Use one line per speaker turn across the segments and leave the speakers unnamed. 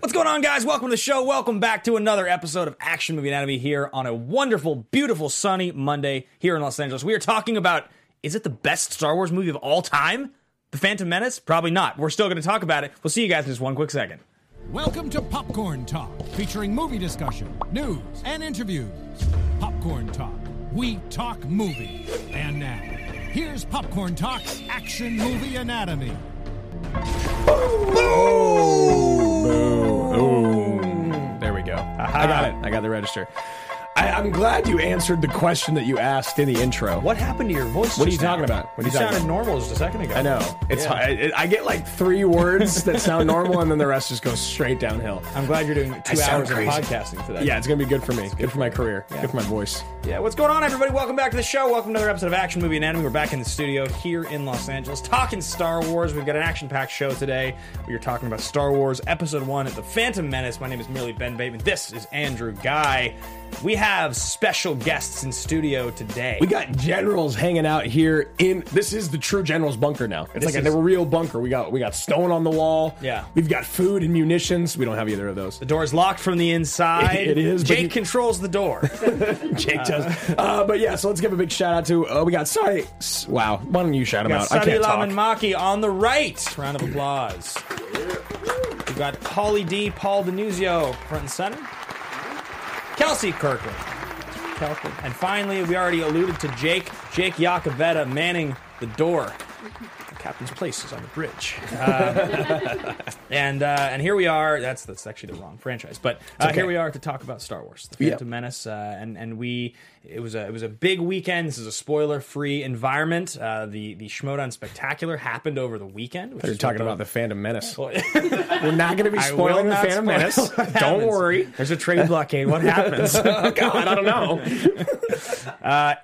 What's going on, guys? Welcome to the show. Welcome back to another episode of Action Movie Anatomy here on a wonderful, beautiful, sunny Monday here in Los Angeles. We are talking about is it the best Star Wars movie of all time? The Phantom Menace? Probably not. We're still going to talk about it. We'll see you guys in just one quick second.
Welcome to Popcorn Talk, featuring movie discussion, news, and interviews. Popcorn Talk, we talk movie. And now, here's Popcorn Talk's Action Movie Anatomy.
There we go. I got it. I got the register. I, I'm glad you answered the question that you asked in the intro.
What happened to your voice?
What are
just
you
now?
talking about? What are you
you
talking
sounded normal just a second ago.
I know. It's
Yeah.
I, I get like three words that sound normal, and then the rest just goes straight downhill.
I'm glad you're doing two
sound
hours of
crazy.
podcasting today.
Yeah, it's gonna be good for me. Good for my career. Good for my voice.
Yeah, what's going on, everybody? Welcome back to the show. Welcome to another episode of Action Movie Anatomy. We're back in the studio here in Los Angeles talking Star Wars. We've got an action packed show today. We are talking about Star Wars Episode 1 The Phantom Menace. My name is merely Ben Bateman. This is Andrew Guy. We have special guests in studio today.
We got generals hanging out here in this is the true generals bunker now.
This
It's like
is-
a real bunker. We got we got stone on the wall.
Yeah.
We've got food and munitions. We don't have either of those.
the door is locked from the inside.
It is, but
Jake
you-
controls the door.
Jake does. Uh, but yeah, so let's give a big shout out to uh, we got Sonny. S- Wow, why don't you shout him
We
out?
got Sunny Lamanmaki on the right. Round of applause. We've got Paulie D, Paul Denuzio, front and center. Kelsey Kirkland. Kirkland. And finally, we already alluded to Jake. Jake Yakavetta manning the door. The captain's place is on the bridge. Um, and uh, and here we are. That's that's actually the wrong franchise, but uh,
okay.
here we are to talk about Star Wars, The
Yep.
Phantom Menace, uh, and and we it was a it was a big weekend. This is a spoiler free environment. Uh, the the Schmodown Spectacular happened over the weekend. Which
You're
is
talking
what
about the Phantom Menace.
the-
We're not going to be
I will
spoiling the
not
Phantom
spoil
Menace.
what
Don't
happens.
worry.
There's a trade blockade. What happens?
Oh, God, I don't know.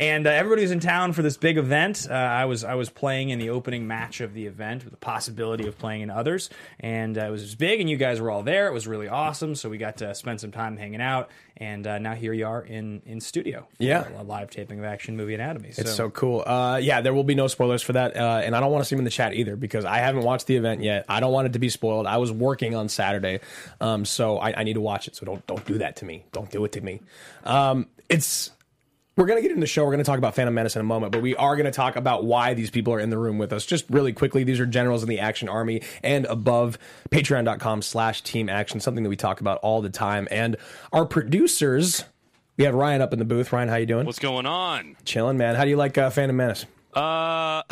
and uh, everybody was in town for this big event. Uh, I was I was playing in the opening match of the event with the possibility of playing in others, and uh, it was big. And you guys were all there. It was really awesome. So we got to spend some time hanging out, and uh, now here you are in in studio. for
Yeah.
a live taping of Action Movie Anatomy.
It's so cool. Uh, yeah, there will be no spoilers for that, uh, and I don't want to see them in the chat either because I haven't watched the event yet. I don't want it to be spoiled. I was working on Saturday, um, so I, I need to watch it. So don't don't do that to me. Don't do it to me. Um, it's we're gonna get into the show. We're gonna talk about Phantom Menace in a moment, but we are gonna talk about why these people are in the room with us. Just really quickly, these are generals in the Action Army and above Patreon.com/slash Team Action, something that we talk about all the time. And our producers, we have Ryan up in the booth. Ryan, how you doing?
What's going on?
Chilling, man. How do you like uh, Phantom Menace?
Uh, uh,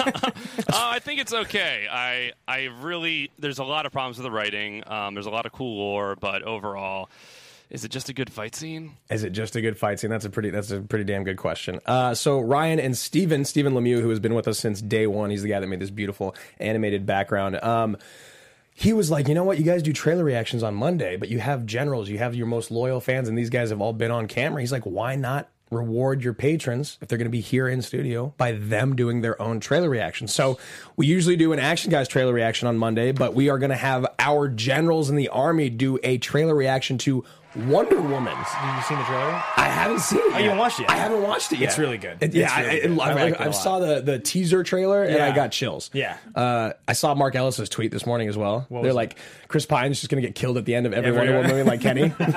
I think it's okay. I I really there's a lot of problems with the writing. Um, there's a lot of cool lore, but overall, is it just a good fight scene?
Is it just a good fight scene? That's a pretty that's a pretty damn good question. Uh, so Ryan and Steven, Steven Lemieux, who has been with us since day one, he's the guy that made this beautiful animated background. Um, he was like, you know what, you guys do trailer reactions on Monday, but you have generals, you have your most loyal fans, and these guys have all been on camera. He's like, why not reward your patrons if they're going to be here in studio by them doing their own trailer reaction? So we usually do an Action Guys trailer reaction on Monday, but we are going to have our generals in the army do a trailer reaction to Wonder Woman.
Have you seen the trailer?
I haven't seen it. Oh,
you haven't watched it yet?
I haven't watched it yet.
It's really good.
It- yeah,
It's
I-
really
I,
good.
I,
I like it a
I
lot.
saw the, the teaser trailer and
Yeah.
I got chills.
Yeah.
Uh, I saw Mark Ellis's tweet this morning as well.
was
They're
it?
like, Chris Pine's just going to get killed at the end of every
Yeah,
Wonder
right,
Woman movie like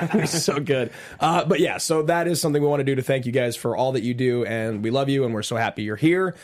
Kenny. so good. Uh, but yeah, so that is something we want to do to thank you guys for all that you do. And we love you and we're so happy you're here.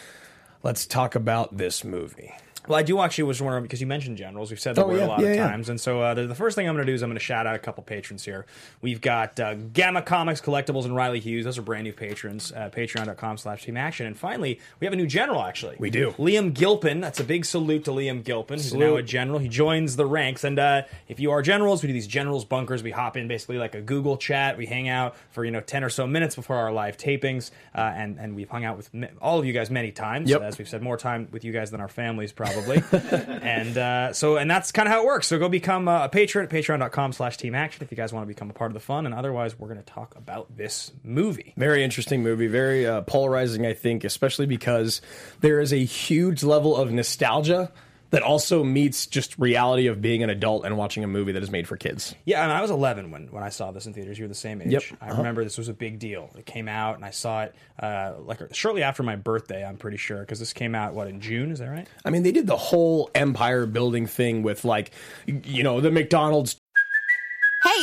Let's talk about this movie.
Well, I do actually was wondering because you mentioned generals. We've said the
Oh,
word a
yeah,
lot
yeah,
of
yeah.
times, and so uh, the, the first thing I'm going to do is I'm going to shout out a couple patrons here. We've got uh, Gamma Comics Collectibles and Riley Hughes. Those are brand new patrons. Uh, Patreon.com/slash Team Action. And finally, we have a new general. Actually,
We do.
Liam Gilpin. That's a big salute to Liam Gilpin. He's now a general. He joins the ranks. And uh, if you are generals, we do these generals bunkers. We hop in basically like a Google chat. We hang out for you know ten or so minutes before our live tapings, uh, and and we've hung out with ma- all of you guys many times.
Yep.
As we've said, more time with you guys than our families probably. and uh, so and that's kind of how it works. So go become uh, a patron at Patreon.com/slash Team Action if you guys want to become a part of the fun. And otherwise, we're going to talk about this movie.
Very interesting movie, very uh, polarizing, I think, especially because there is a huge level of nostalgia that also meets just reality of being an adult and watching a movie that is made for kids.
Yeah, and I was 11 when, when I saw this in theaters. You were the same age.
Yep.
I remember this was a big deal. It came out, and I saw it uh, like shortly after my birthday. I'm pretty sure because this came out what in June? Is that right?
I mean, they did the whole empire building thing with like, you know, the McDonald's
Hey,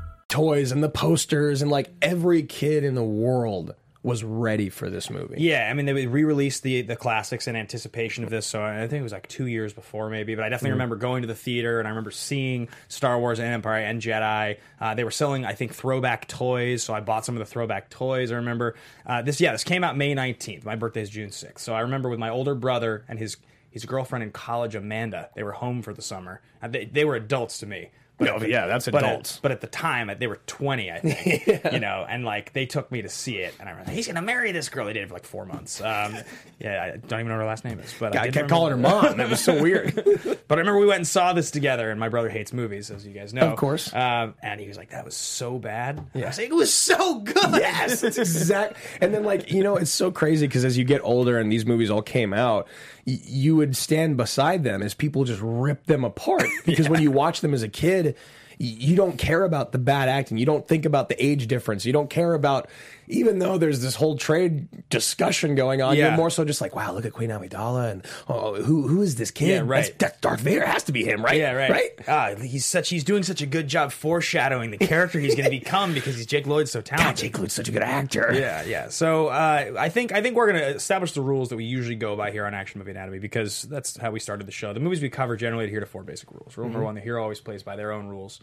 toys and the posters and like every kid in the world was ready for this movie.
Yeah, I mean they re-released the the classics in anticipation of this, so I think it was like two years before maybe. But I definitely remember going to the theater and I remember seeing Star Wars and Empire and Jedi. Uh, they were selling I think throwback toys, so I bought some of the throwback toys. I remember uh, this. Yeah, this came out May nineteenth. My birthday is June sixth, so I remember with my older brother and his his girlfriend in college, Amanda. They were home for the summer. Uh, They, they were adults to me. But
No, but uh, yeah, that's
but at-
adults.
but at the time, they were 20, I think, you know, and like they took me to see it. And I remember, he's going to marry this girl. They did it for like four months. Um, yeah, I don't even know what her last name is. But
I
did
kept
remember-
calling her mom. That was so weird.
But I remember we went and saw this together, and my brother hates movies, as you guys know.
Of course.
Um, and he was like, that was so bad. I was like, it was so good.
yes, it's exact. And then, like, you know, it's so crazy because as you get older and these movies all came out, y- you would stand beside them as people just rip them apart. Because when you watch them as a kid, y- you don't care about the bad acting. You don't think about the age difference. You don't care about, even though there's this whole trade discussion going on,
Yeah.
you're more so just like, wow, look at Queen Amidala and oh, who who is this kid?
Yeah, right.
That's, that's Darth Vader. It has to be him, right?
Yeah, right.
Right?
Ah, he's such. He's doing such a good job foreshadowing the character he's going to become because he's Jake Lloyd's so
God,
talented.
Jake Lute's such a good actor.
Yeah, yeah. So uh, I think I think we're going to establish the rules that we usually go by here on Action Movie Anatomy because that's how we started the show. The movies we cover generally adhere to four basic rules. Rule number one: the hero always plays by their own rules.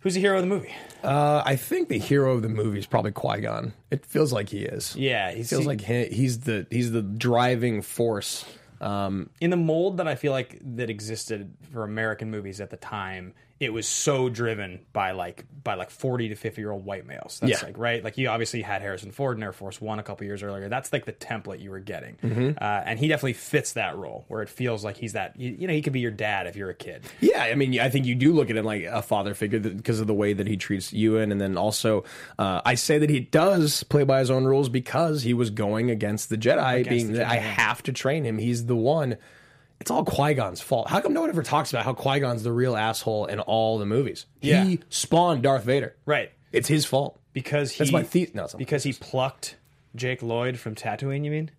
Who's the hero of the movie?
I think the hero of the movie is probably Qui Gon. It feels like he is.
Yeah, he
it feels like he, he's the he's the driving force. Um,
in the mold that I feel like that existed for American movies at the time, it was so driven by like by like forty to fifty year old white males. That's
Yeah.
like right. Like you obviously had Harrison Ford in Air Force One a couple years earlier. That's like the template you were getting,
Mm-hmm.
uh, and he definitely fits that role where it feels like he's that. You, you know, he could be your dad if you're a kid.
yeah, I mean, I think you do look at him like a father figure because of the way that he treats Ewan, and then also uh, I say that he does play by his own rules because he was going against the Jedi, being
the
that I
Jedi.
have to train him. He's the one. It's all Qui Gon's fault. How come no one ever talks about how Qui Gon's the real asshole in all the movies?
Yeah.
He spawned Darth Vader.
Right.
It's his fault.
Because he,
That's my the- no, it's not-
because he plucked Jake Lloyd from Tatooine. You mean?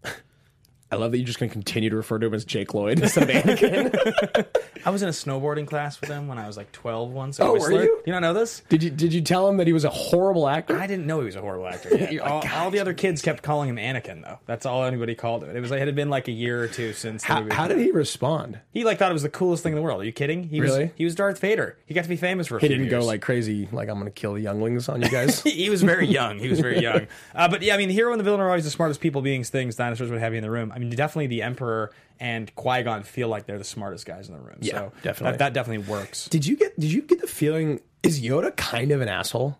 I love that you're just going to continue to refer to him as Jake Lloyd instead of Anakin.
I was in a snowboarding class with him when I was like 12 once. at
Oh, were
Whistler.
you?
You don't know this?
Did you did you tell him that he was a horrible actor?
I didn't know he was a horrible actor. yet.
You're
all,
like,
all the other kids kept calling him Anakin, though. That's all anybody called him. It was like it had been like a year or two since. The
how,
movie.
how did he respond?
He like thought it was the coolest thing in the world. Are you kidding? He was
Really?
he was Darth Vader. He got to be famous for. A
He
few
didn't go
years.
like crazy, like I'm going to kill the younglings on you guys.
he was very young. He was very young. Uh, but yeah, I mean, the hero and the villain are always the smartest people, beings, things, dinosaurs, what have you in the room. I mean, definitely the Emperor and Qui Gon feel like they're the smartest guys in the room.
Yeah,
so
definitely.
That, that definitely works.
did you get did you get the feeling is Yoda kind of an asshole,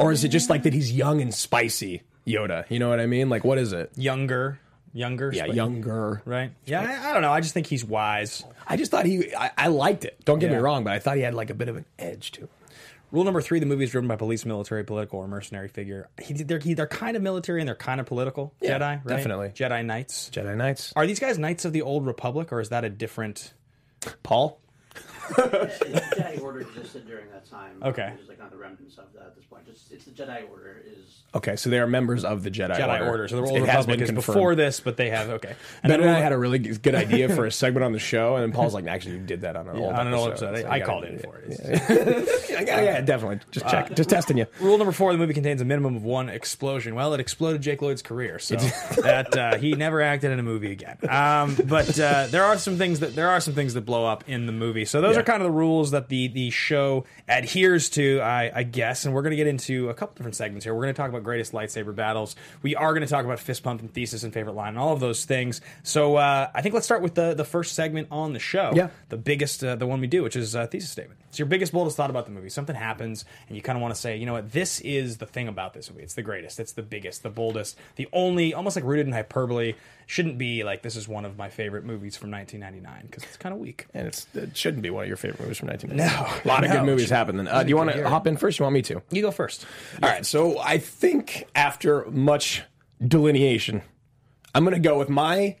or is it just like that he's young and spicy Yoda? You know what I mean? Like what is it?
Younger, younger.
Yeah,
split-
younger.
Right. Yeah, I, I don't know. I just think he's wise.
I just thought he. I, I liked it. Don't get
Yeah.
me wrong, but I thought he had like a bit of an edge to him.
Rule number three: the movie is driven by police, military, political, or mercenary figure. He, they're he, they're kind of military and they're kind of political.
Yeah,
Jedi, right?
definitely.
Jedi Knights.
Jedi Knights.
Are these guys Knights of the Old Republic, or is that a different?
Paul.
the Jedi Order existed during that time.
Okay.
There's like not the remnants of that at this point. It's, it's the Jedi Order is
Okay, so they are members of the Jedi,
Jedi Order. So the Old
It has
Republic
been
is
confirmed.
before this, but they have okay. And
Ben
then
and I
rule-
had a really good idea for a segment on the show, and then Paul's like, "Actually, you did that on an old
on an
episode."
old episode.
So
I, I
you
called
gotta-
in for it.
Yeah, yeah, yeah, definitely. Just check, just testing you.
Rule number four: the movie contains a minimum of one explosion. Well, it exploded Jake Lloyd's career, so that uh, he never acted in a movie again. Um, but uh, there are some things that there are some things that blow up in the movie. So those
Yeah.
are kind of the rules that the the show adheres to, I, I guess. And we're going to get into a couple different segments here. We're going to talk about greatest lightsaber battles. We are going to talk about fist pump and thesis and favorite line and all of those things. So uh, I think let's start with the the first segment on the show
Yeah.
the biggest, uh, the one we do, which is uh, thesis statement. It's your biggest, boldest thought about the movie. Something happens, and you kind of want to say, you know what, this is the thing about this movie. It's the greatest. It's the biggest, the boldest, the only, almost like rooted in hyperbole. Shouldn't be like this is one of my favorite movies from 1999 because it's kind of weak.
And it's, it shouldn't be one of your favorite movies from 1990.
No.
a lot of
No.
good movies happened then. Uh, do you want to hop in first? You want me to?
You go first.
All right. So I think after much delineation, I'm going to go with my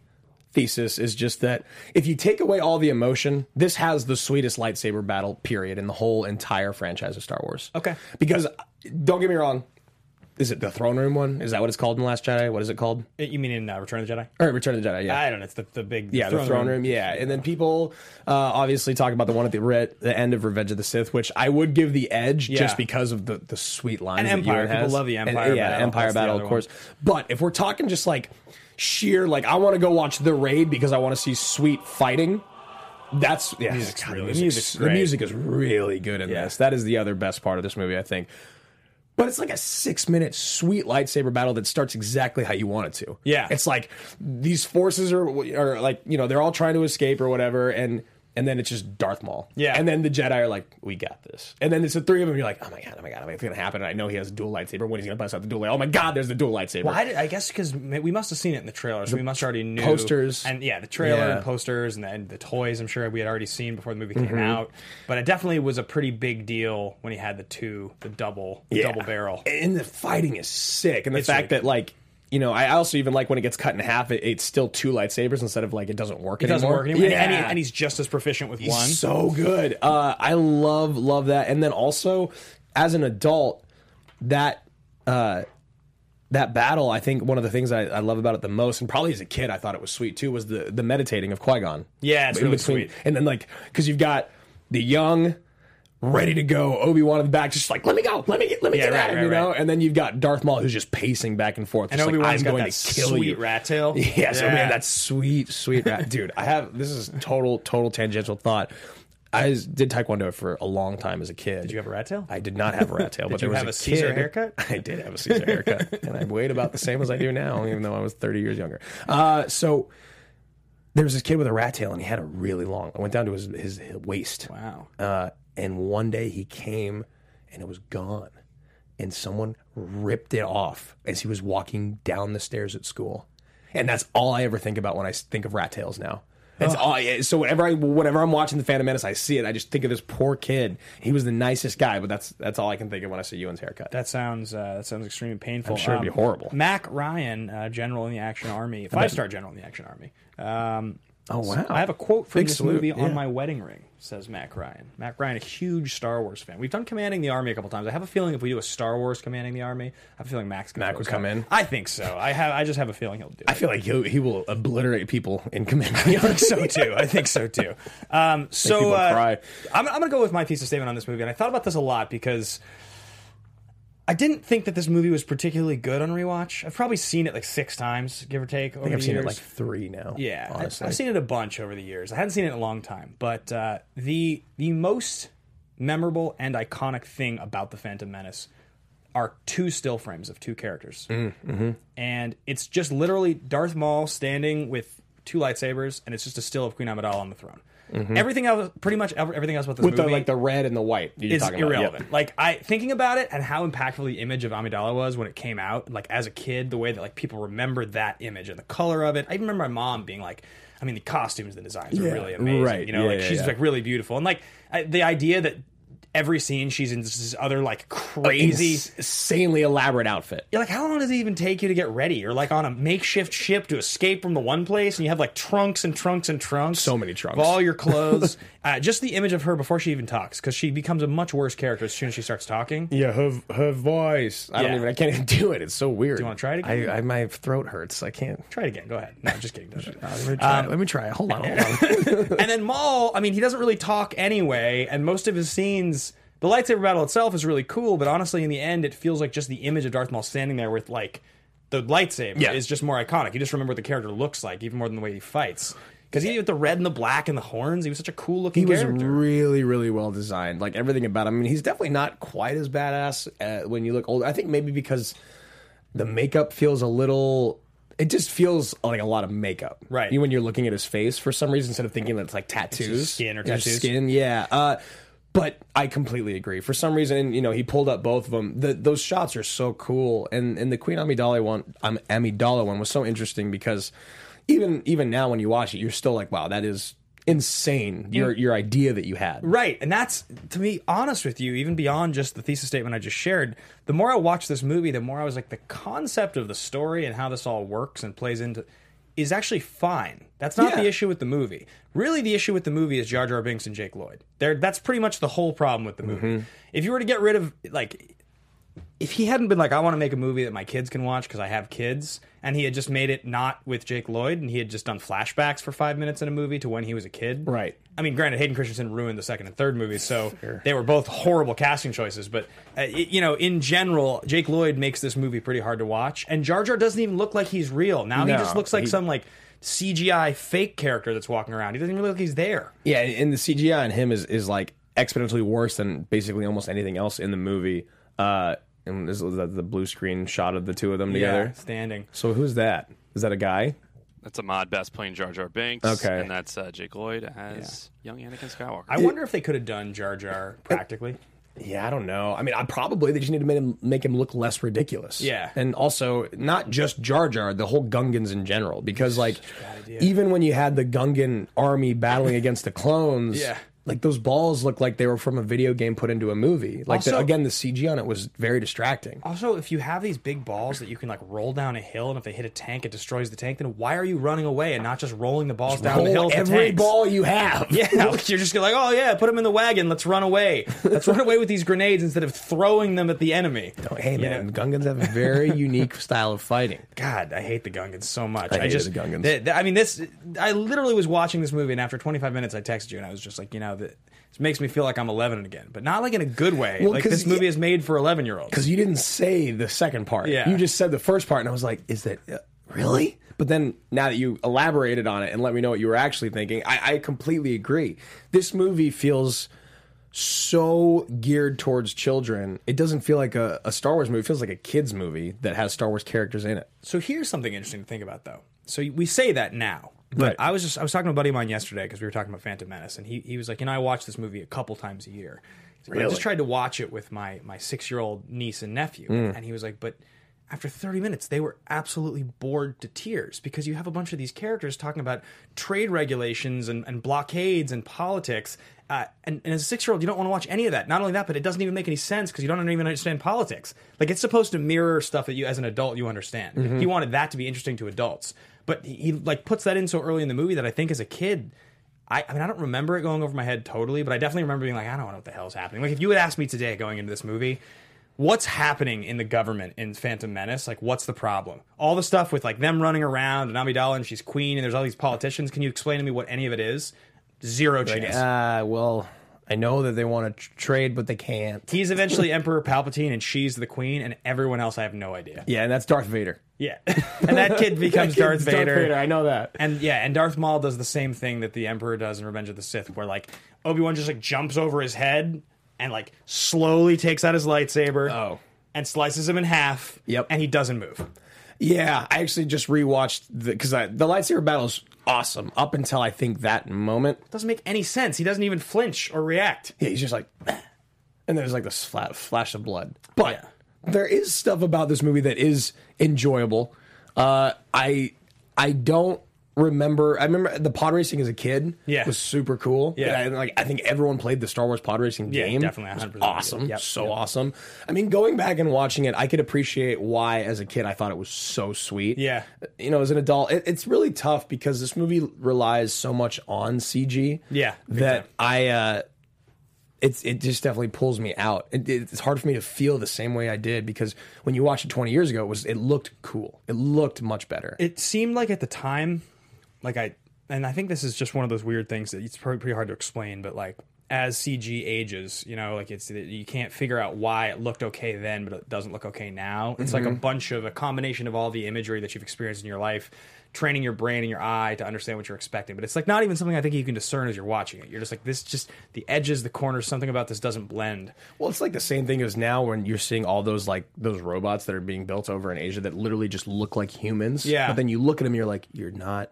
thesis is just that if you take away all the emotion, this has the sweetest lightsaber battle period in the whole entire franchise of Star Wars.
Okay.
Because don't get me wrong, is it the throne room one? Is that what it's called in Last Jedi? What is it called?
You mean in uh, Return of the Jedi?
Or Return of the Jedi? Yeah.
I don't know. It's the, the big
Yeah, the throne room. Yeah, and then people uh, obviously talk about the one at the re- the end of Revenge of the Sith, which I would give the edge
Yeah.
just because of the the sweet lines.
And
that
Empire.
Ewan
People
has.
love the Empire
yeah,
battle.
Empire
That's the
battle,
other
of course. But if we're talking just like sheer, like I want to go watch the raid because I want to see sweet fighting. That's yeah.
music's
God,
really-
the,
the music's
music's, the
great.
music is really good in
Yeah.
this. That is the other best part of this movie, I think. But it's like a six minute sweet lightsaber battle that starts exactly how you want it to.
Yeah.
It's like these forces are, are like, you know, they're all trying to escape or whatever. And, and then it's just Darth Maul.
Yeah.
And then the Jedi are like, we got this. And then it's the three of them. You're like, oh my God, oh my God, oh my God, it's going to happen. And I know he has a dual lightsaber. When he's going to bust out the dual lightsaber? Oh my God, there's the dual lightsaber.
Well, I, did- I guess because we must have seen it in the trailers. we must already knew
posters.
and yeah, the trailer
Yeah. Mm-hmm.
and posters and the, and the toys. I'm sure we had already seen before the movie came out. But it definitely was a pretty big deal when he had the two, the double, the
Yeah.
double barrel.
And the fighting is sick. And the
It's
fact
really
that, like, you know, I also even like when it gets cut in half, it, it's still two lightsabers instead of like it doesn't work
It
anymore.
doesn't work anymore. And-
Yeah.
And, he- and he's just as proficient with one.
So good. Uh, I love love that. And then also, as an adult, that uh, that battle, I think one of the things I, I love about it the most, and probably as a kid, I thought it was sweet too, was the the meditating of Qui Gon.
Yeah, it's really sweet.
And then like because you've got the young. Ready to go, Obi Wan in the back, just like let me go, let me get, let me
Yeah,
get
right,
at him,
right,
you know.
right.
And then you've got Darth Maul who's just pacing back and forth,
and
just
Obi
like,
Wan's
I'm
got
going
that
to kill
sweet
you.
rat tail.
Yeah, so man, that's sweet, sweet rap. Dude, I have this is total, total tangential thought. I was- did Taekwondo for a long time as a kid. Did
you have a rat tail?
I did not have a rat tail, but
you
there was
have
a,
a Caesar
kid-
haircut?
I did have a Caesar haircut, and I weighed about the same as I do now, even though I was 30 years younger. Uh, so there was this kid with a rat tail, and he had a really long. I went down to his his, his waist.
Wow.
Uh, and one day he came, and it was gone, and someone ripped it off as he was walking down the stairs at school, and that's all I ever think about when I s- think of rat tails now. That's all. I- So whenever I, whenever I'm watching the Phantom Menace, I see it. I just think of this poor kid. He was the nicest guy, but that's that's all I can think of when I see Ewan's haircut.
That sounds uh, that sounds extremely painful. Um,
I'm sure it'd be horrible.
Mac Ryan, uh, general in the Action Army, five star general in the Action Army. Um,
Oh, wow.
I have a quote from
Big
this
salute,
movie
yeah.
on my wedding ring. Says Mac Ryan. Mac Ryan, a huge Star Wars fan. We've done commanding the army a couple times. I have a feeling if we do a Star Wars commanding the army, I have a feeling Mac's gonna
Mac
throw
would
us
come
out.
in?
I think so. I have. I just have a feeling he'll do.
I
It.
feel like he he will obliterate people in command. I think
so too. I think so too. Um, so
people
uh,
cry.
I'm, I'm going to go with my piece of statement on this movie, and I thought about this a lot because I didn't think that this movie was particularly good on rewatch. I've probably seen it like six times, give or take. Over
I think I've
the
seen
years.
it like three now.
Yeah, I-
honestly,
I've seen it a bunch over the years. I hadn't seen it in a long time, but uh, the the most memorable and iconic thing about the Phantom Menace are two still frames of two characters,
Mm, mm-hmm.
and it's just literally Darth Maul standing with two lightsabers, and it's just a still of Queen Amidala on the throne. Everything else, pretty much ev- everything else about this
Mm-hmm. with the,
movie,
like the red and the white. You're
is
talking about. Yep.
irrelevant. Like I thinking about it and how impactful the image of Amidala was when it came out, like as a kid, the way that like people remembered that image and the color of it. I even remember my mom being like, I mean, the costumes, the designs are
Yeah,
really amazing.
right.
You know,
Yeah,
like
yeah,
she's
yeah.
like really beautiful, and like I, the idea that every scene she's in this other like crazy.
Ins- insanely elaborate outfit.
You're like, how long does it even take you to get ready? You're like on a makeshift ship to escape from the one place, and you have like trunks and trunks and trunks.
So many trunks.
Of all your clothes. uh, just the image of her before she even talks, because she becomes a much worse character as soon as she starts talking.
Yeah, her her voice. I
Yeah.
don't even. I can't even do it. It's so weird. Do
you wanna try it again?
I, I my throat hurts. I can't. Um,
Try it again. Go ahead. No, I'm just kidding. Don't do it.
Uh, Let me try. let me try. Hold on. Hold on.
and then Maul, I mean, he doesn't really talk anyway, and most of his scenes, the lightsaber battle itself is really cool, but honestly, in the end, it feels like just the image of Darth Maul standing there with like the lightsaber
Yeah.
is just more iconic. You just remember what the character looks like even more than the way he fights. Because he with the red and the black and the horns, he was such a cool looking
he was
character.
really, really well designed. Like everything about him. I mean, he's definitely not quite as badass uh, when you look older. I think maybe because the makeup feels a little. It just feels like a lot of makeup,
Right.
You when you're looking at his face for some reason, instead of thinking that it's like tattoos,
skin or
Yeah, just
tattoos.
skin, yeah. Uh, but I completely agree. For some reason, and, you know, he pulled up both of them. The, those shots are so cool, and and the Queen Amidala one, um, Amidala one was so interesting because even even now when you watch it, you're still like, wow, that is insane.
Mm.
Your your idea that you had.
Right. And that's, to be honest with you, even beyond just the thesis statement I just shared, the more I watched this movie, the more I was like, the concept of the story and how this all works and plays into is actually fine. That's not
Yeah.
the issue with the movie. Really, the issue with the movie is Jar Jar Binks and Jake Lloyd. They're, that's pretty much the whole problem with the movie. If you were to get rid of, like, if he hadn't been like, I want to make a movie that my kids can watch because I have kids, and he had just made it not with Jake Lloyd, and he had just done flashbacks for five minutes in a movie to when he was a kid.
Right.
I mean, granted, Hayden Christensen ruined the second and third movies, so they were both horrible casting choices. But uh, it, you know, in general, Jake Lloyd makes this movie pretty hard to watch, and Jar Jar doesn't even look like he's real now. he
No,
just looks like
he-
some like CGI fake character that's walking around. He doesn't even look like he's there.
Yeah, and, and the CGI on him is is like exponentially worse than basically almost anything else in the movie. Uh, and this is the, the blue screen shot of the two of them together.
standing.
So who's that? Is that a guy?
That's Ahmad Best playing Jar Jar Binks.
Okay.
And that's uh, Jake Lloyd as young Anakin Skywalker.
I wonder if they could have done Jar Jar practically.
Yeah, I don't know. I mean, I probably they just need to make him make him look less ridiculous.
Yeah.
and also not just Jar Jar, the whole Gungans in general, because like even when you had the Gungan army battling against the clones,
Yeah.
like those balls looked like they were from a video game put into a movie. Like the,
Also-
again, the CG on it was very distracting.
Also, if you have these big balls that you can like roll down a hill, and if they hit a tank, it destroys the tank. Then why are you running away and not just rolling the balls down the hill?
Roll
with the
every
tanks?
ball you have.
Yeah, like, you're just like, oh yeah, put them in the wagon. Let's run away. Let's run away with these grenades instead of throwing them at the enemy.
Hey
You
man,
know?
Gungans have a very unique style of fighting.
God, I hate the Gungans so much.
I hated
just
the Gungans.
th- th- I mean, this. I literally was watching this movie, and after 25 minutes, I texted you, and I was just like, you know, that this makes me feel like I'm 11 again, but not like in a good way.
Well,
like
'cause
this movie
y-
is made for 11 year olds.
because you didn't say the second part.
Yeah.
You just said the first part, and I was like, is that uh, really? But then now that you elaborated on it and let me know what you were actually thinking, I, I completely agree. This movie feels so geared towards children. It doesn't feel like a, a Star Wars movie. It feels like a kids movie that has Star Wars characters in it.
So here's something interesting to think about, though. So we say that now, but
Right.
I was just I was talking to a buddy of mine yesterday because we were talking about Phantom Menace, and he he was like, you know, I watch this movie a couple times a year. He's like, "But I
Really?
just tried to watch it with my my six year old niece and nephew, and he was like, but. After 30 minutes, they were absolutely bored to tears because you have a bunch of these characters talking about trade regulations and, and blockades and politics. Uh, and, and as a six year old, you don't want to watch any of that. Not only that, but it doesn't even make any sense because you don't even understand politics. Like it's supposed to mirror stuff that you, as an adult, you understand. He wanted that to be interesting to adults, but he, he like puts that in so early in the movie that I think as a kid, I, I mean, I don't remember it going over my head totally, but I definitely remember being like, I don't know what the hell's happening. Like if you had asked me today going into this movie. What's happening in the government in Phantom Menace? Like, what's the problem? All the stuff with like them running around and Amidala and she's queen and there's all these politicians. Can you explain to me what any of it is? Zero chance.
Uh, well, I know that they want to tr- trade, but they can't.
He's eventually Emperor Palpatine, and she's the queen, and everyone else I have no idea.
Yeah, and that's Darth Vader.
Yeah, and that kid becomes
That
Darth,
kid's
Vader.
I know that.
And yeah, and Darth Maul does the same thing that the Emperor does in Revenge of the Sith, where like Obi Wan just like jumps over his head and like slowly takes out his lightsaber.
Oh.
And slices him in half.
Yep.
And he doesn't move.
Yeah, I actually just rewatched the because I the lightsaber battle is awesome up until I think that moment.
Doesn't make any sense. He doesn't even flinch or react.
Yeah, he's just like, and there's like this flat flash of blood. But
Yeah.
there is stuff about this movie that is enjoyable. Uh, I I don't remember. I remember the pod racing as a kid.
Yeah.
was super cool.
Yeah.
And I- and, like I think everyone played the Star Wars pod racing
Yeah,
game.
definitely,
It was
100%
awesome.
did. Yep,
so
yep.
awesome. I mean, going back and watching it, I could appreciate why as a kid I thought it was so sweet
Yeah.
you know, as an adult, it, it's really tough because this movie relies so much on CG.
Yeah, big
that
time.
I, uh, it's it just definitely pulls me out. It, it- it's hard for me to feel the same way I did because when you watched it 20 years ago, it was it looked cool. It looked much better.
it seemed like at the time, like I, and I think this is just one of those weird things that it's probably pretty hard to explain, but like as CG ages, you know, like it's, you can't figure out why it looked okay then, but it doesn't look okay now. It's like a bunch of a combination of all the imagery that you've experienced in your life, training your brain and your eye to understand what you're expecting. But it's like not even something I think you can discern as you're watching it. You're just like, this just, the edges, the corners, something about this doesn't blend.
well, it's like the same thing as now when you're seeing all those like those robots that are being built over in Asia that literally just look like humans.
Yeah.
but then you look at them, you're like, you're not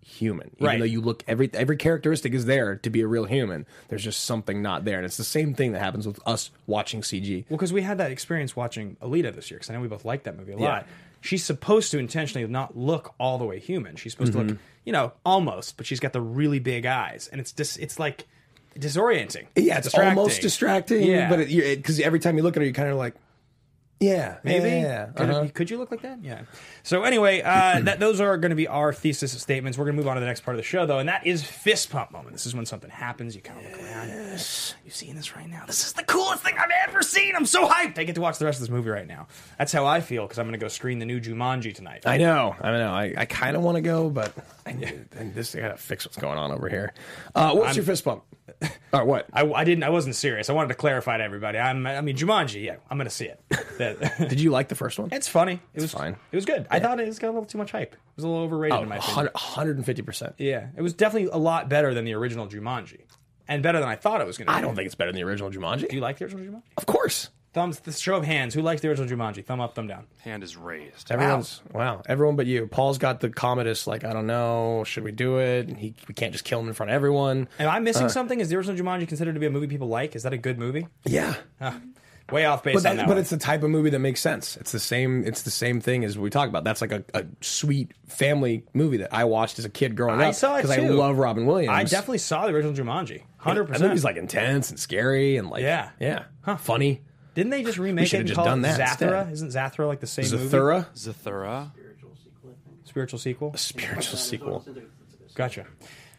human. Even
Right.
though you look every every characteristic is there to be a real human. There's just something not there, and it's the same thing that happens with us watching CG.
Well, because we had that experience watching Alita this year, because I know we both liked that movie a lot. She's supposed to intentionally not look all the way human. She's supposed to look,
Mm-hmm.
you know, almost, but she's got the really big eyes, and it's just, it's like disorienting.
Yeah, it's almost distracting.
Yeah.
but because every time you look at her, you kind of like, yeah,
Maybe
yeah, yeah,
could, it
uh-huh.
be- could you look like that? Yeah. So anyway, uh, that those are going to be our thesis statements. We're going to move on to the next part of the show, though, and that is fist pump moment. This is when something happens. You kind of look around. You're seeing this right now. This is the coolest thing I've ever seen. I'm so hyped. I get to watch the rest of this movie right now. That's how I feel because I'm going to go screen the new Jumanji tonight.
I know. I know. I, I kind of want to go, but I, I- this I gotta fix what's going on over here. Uh, what's your fist bump? or what?
I, I didn't. I wasn't serious. I wanted to clarify to everybody. I'm. I mean, Jumanji. Yeah, I'm going to see it. That-
Did you like the first one?
it's funny. It was
fine. Oh,
It was good. I thought it was got a little too much hype. It was a little overrated in my opinion.
150 percent.
Yeah, it was definitely a lot better than the original Jumanji, and better than I thought it was going to. be.
I don't think it's better than the original Jumanji.
Do you like the original Jumanji?
of course.
Thumbs. The show of hands. Who likes the original Jumanji? Thumb up, thumb down.
Hand is raised.
Everyone's wow. Everyone but you. Paul's got the comedist. Like I don't know. Should we do it? He, we can't just kill him in front of everyone.
Am I
Uh.
missing something? Is the original Jumanji considered to be a movie people like? Is that a good movie?
Yeah.
Way off base
But,
on
that,
that.
but
one.
it's the type of movie that makes sense. It's the same. It's the same thing as we talk about. That's like a, a sweet family movie that I watched as a kid growing
I
up.
saw it
because I
too.
love Robin Williams.
I definitely saw the original Jumanji. Hundred
That
percent.
movie's like intense and scary and like
Yeah.
yeah, funny.
didn't they just remake it
should've
and
just
call
done
it
that
Zathura?
instead.
Isn't Zathura like the same movie?
Zathura,
Zathura.
Spiritual sequel.
spiritual sequel.
Gotcha.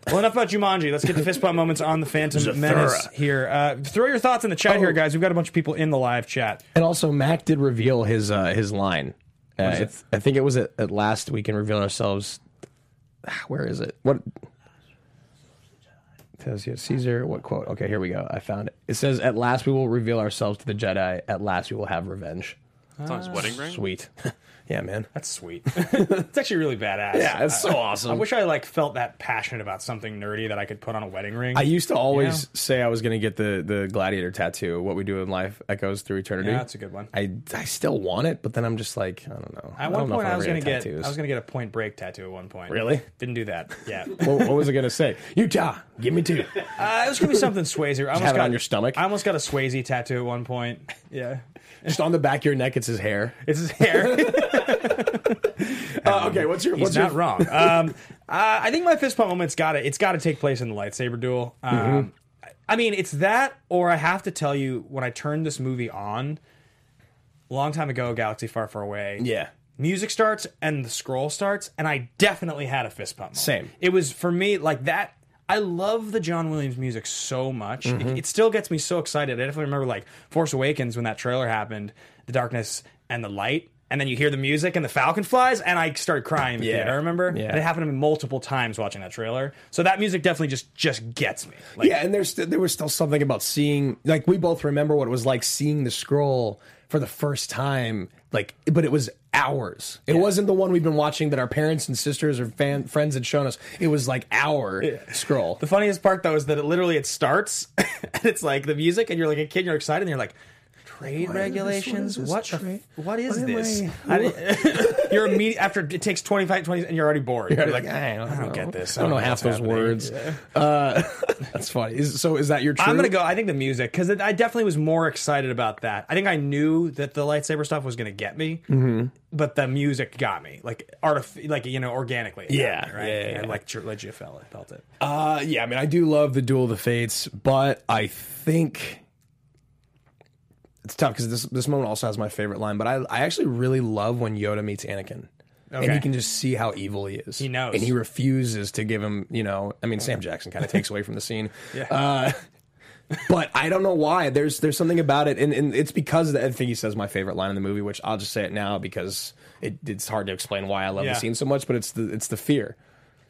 Well, enough about Jumanji. Let's get to fist bump moments on the Phantom
Zathura.
Menace here. Uh, throw your thoughts in the chat here, guys. We've got a bunch of people in the live chat.
And also, Mac did reveal his uh, his line. Uh, it's, I think it was at, at last week in revealing ourselves. Ah, Where is it? What? Tells you Caesar. What quote? Okay, here we go. I found it. It says, "At last we will reveal ourselves to the Jedi. At last we will have revenge."
It's on
Ah,
his wedding ring.
Sweet. yeah, man.
That's sweet. it's actually really badass.
Yeah, it's so
I-
awesome.
I wish I like felt that passionate about something nerdy that I could put on a wedding ring.
I used to always
Yeah.
say I was going to get the the gladiator tattoo. What we do in life echoes through eternity.
Yeah, that's a good one.
I I still want it, but then I'm just like I don't know.
At
don't
one
know if
point,
I'm
I was
ever
gonna get
tattoos.
I was gonna get a Point Break tattoo at one point.
Really?
Didn't do that. Yeah.
what, what was I gonna say? Utah, give me two.
Uh, it was gonna be something Swayze. I almost
have it
got
on your stomach?
I almost got a Swayze tattoo at one point. Yeah,
Just on the back of your neck, it's his hair.
it's his hair.
Uh, okay, what's your?
He's not wrong. Um, uh, I think my fist pump moment's got to it's got to take place in the lightsaber duel. Um,
Mm-hmm.
I- I mean, it's that, or I have to tell you when I turned this movie on, a long time ago, Galaxy Far Far Away.
Yeah.
Music starts and the scroll starts, and I definitely had a fist pump. moment.
Same.
It was for me like that. I love the John Williams music so much.
Mm-hmm.
It, it still gets me so excited. I definitely remember like Force Awakens when that trailer happened, the darkness and the light, and then you hear the music and the Falcon flies, and I started crying in the
Yeah.
theater. I remember
Yeah.
And it happened to me multiple times watching that trailer. So that music definitely just just gets me. Like,
yeah, and there's there was still something about seeing like we both remember what it was like seeing the scroll for the first time, like but it was hours. It wasn't the one we've been watching that our parents and sisters or fan, friends had shown us. It was like our scroll.
The funniest part though is that it literally it starts and it's like the music and you're like a kid and you're excited and you're like trade regulations
this?
what the f-
Trade-
what is
what am
this
I-
I- you're immediately after it takes 25 20 and you're already bored you're like
I don't,
don't get this.
I don't know
I don't know
half
what's
those words. Uh, that's funny. Is, so is that your? True?
I'm gonna go. I think the music because I definitely was more excited about that. I think I knew that the lightsaber stuff was gonna get me,
Mm-hmm.
but the music got me like artif- like you know organically. it got
Yeah,
me, right.
yeah, yeah,
I
yeah.
like tr- like you felt it, felt it.
Uh, yeah, I mean, I do love the Duel of the Fates, but I think it's tough because this this moment also has my favorite line. But I I actually really love when Yoda meets Anakin, and
Okay.
you can just see how evil he is. He
knows.
and he refuses to give him. You know, I mean, Sam Jackson kind of takes away from the scene. Yeah. Uh, but I don't know why. There's there's something about it, and, and it's because I think he says my favorite line in the movie, which I'll just say it now because it, it's hard to explain why I love
Yeah.
the scene so much. But it's the it's the fear.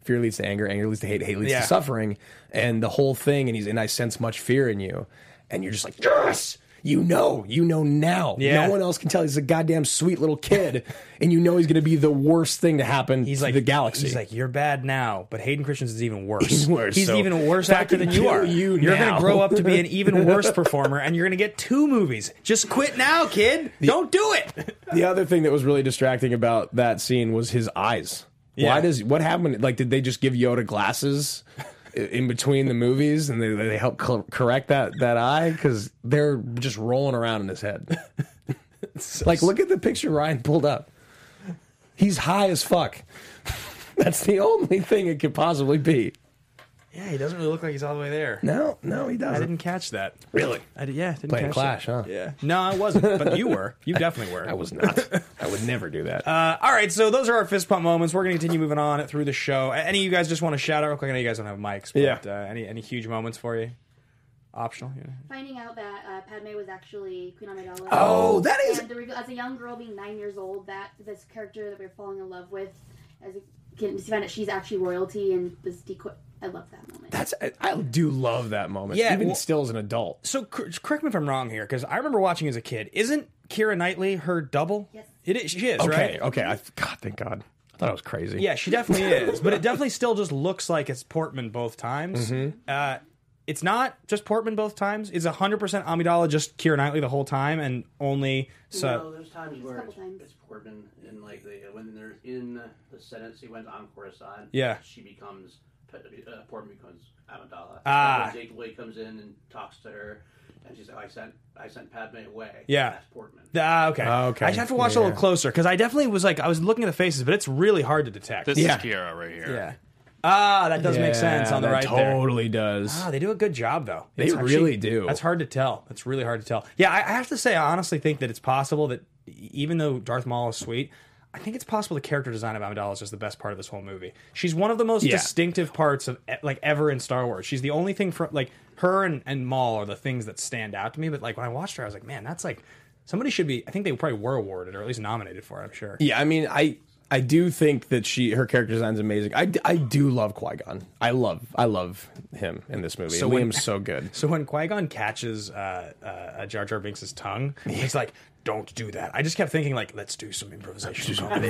Fear leads to anger. Anger leads to hate. Hate leads
Yeah.
to suffering, and the whole thing. And he's and I sense much fear in you, and you're just like yes. You know, you know now.
Yeah.
No one else can tell. He's a goddamn sweet little kid, and you know he's going to be the worst thing to happen
He's
to
like
the galaxy.
He's like you're bad now, but Hayden Christensen's even worse.
He's worse,
He's
so
even a worse actor than
fucking
you are.
kill you
are
now.
gonna grow up to be an even worse performer, and you're gonna get two movies. Just quit now, kid. Don't do it.
the other thing that was really distracting about that scene was his eyes.
Yeah.
Why does what happened? Like, did they just give Yoda glasses i- in between the movies and they they help cor- correct that that eye because they're just rolling around in his head. like, look at the picture Ryan pulled up. He's high as fuck. That's the only thing it could possibly be.
Yeah, he doesn't really look like he's all the way there.
No, no, he doesn't.
I didn't catch that.
really.
I did, yeah, didn't
Playing
catch
Clash,
it.
huh?
Yeah. No, I wasn't, but you were. You definitely were.
I was not. I would never do that.
Uh, all right, so those are our fist pump moments. We're going to continue moving on through the show. A- Any of you guys just want to shout out real quick? I know you guys don't have mics, but
Yeah.
uh, any any huge moments for you? Optional. you know?
Finding out that uh, Padme was actually Queen Amidala.
Oh, that is-
And the reveal, as a young girl, being nine years old, that this character that we are falling in love with, as a kid, she found out she's actually royalty and was decoy. I love that moment.
That's I, I do love that moment.
Yeah,
even
well-
still as an adult.
So cor- correct me if I'm wrong here, because I remember watching as a kid. Isn't Kira Knightley her double?
Yes.
It is. She is
Okay,
right.
okay. I, God, thank God. I thought I was crazy.
Yeah, she definitely is. But it definitely still just looks like it's Portman both times.
Mm-hmm.
Uh, it's not just Portman both times. It's 100% Amidala, just Kira Knightley the whole time, and only
no,
so.
there's times where
couple
it's,
times.
it's Corbin and like they, when they're in the Senate sequence on Coruscant.
Yeah.
she becomes uh, Corbin becomes Amidala.
Ah.
Like when Jake Lloyd comes in and talks to her, and she's like, "I sent I sent Padme away."
Yeah.
that's Portman.
Ah, okay.
Ah, okay.
I just have to watch a little
Yeah.
closer because I definitely was like I was looking at the faces, but it's really hard to detect.
This
Yeah.
is Kira right here.
yeah. Ah, that does make
Yeah,
sense on the
that
right there.
Totally does.
Ah, they do a good job though.
They really do.
That's hard to tell. That's really hard to tell. Yeah, I, I have to say, I honestly think that it's possible that e- even though Darth Maul is sweet, I think it's possible the character design of Amidala is just the best part of this whole movie. She's one of the most
Yeah.
distinctive parts of e- like ever in Star Wars. She's the only thing from like her and and Maul are the things that stand out to me. But like when I watched her, I was like, man, that's like somebody should be. I think they probably were awarded or at least nominated for it. I'm sure.
Yeah, I mean, I I do think that she her character design's amazing. I, d- I do love Qui Gon. I love I love him in this movie.
So
Liam's
when-
so good.
So when Qui Gon catches uh, uh, uh, Jar Jar Binks' tongue, he's like, "Don't do that." I just kept thinking, like, "Let's do some improvisation." comedy."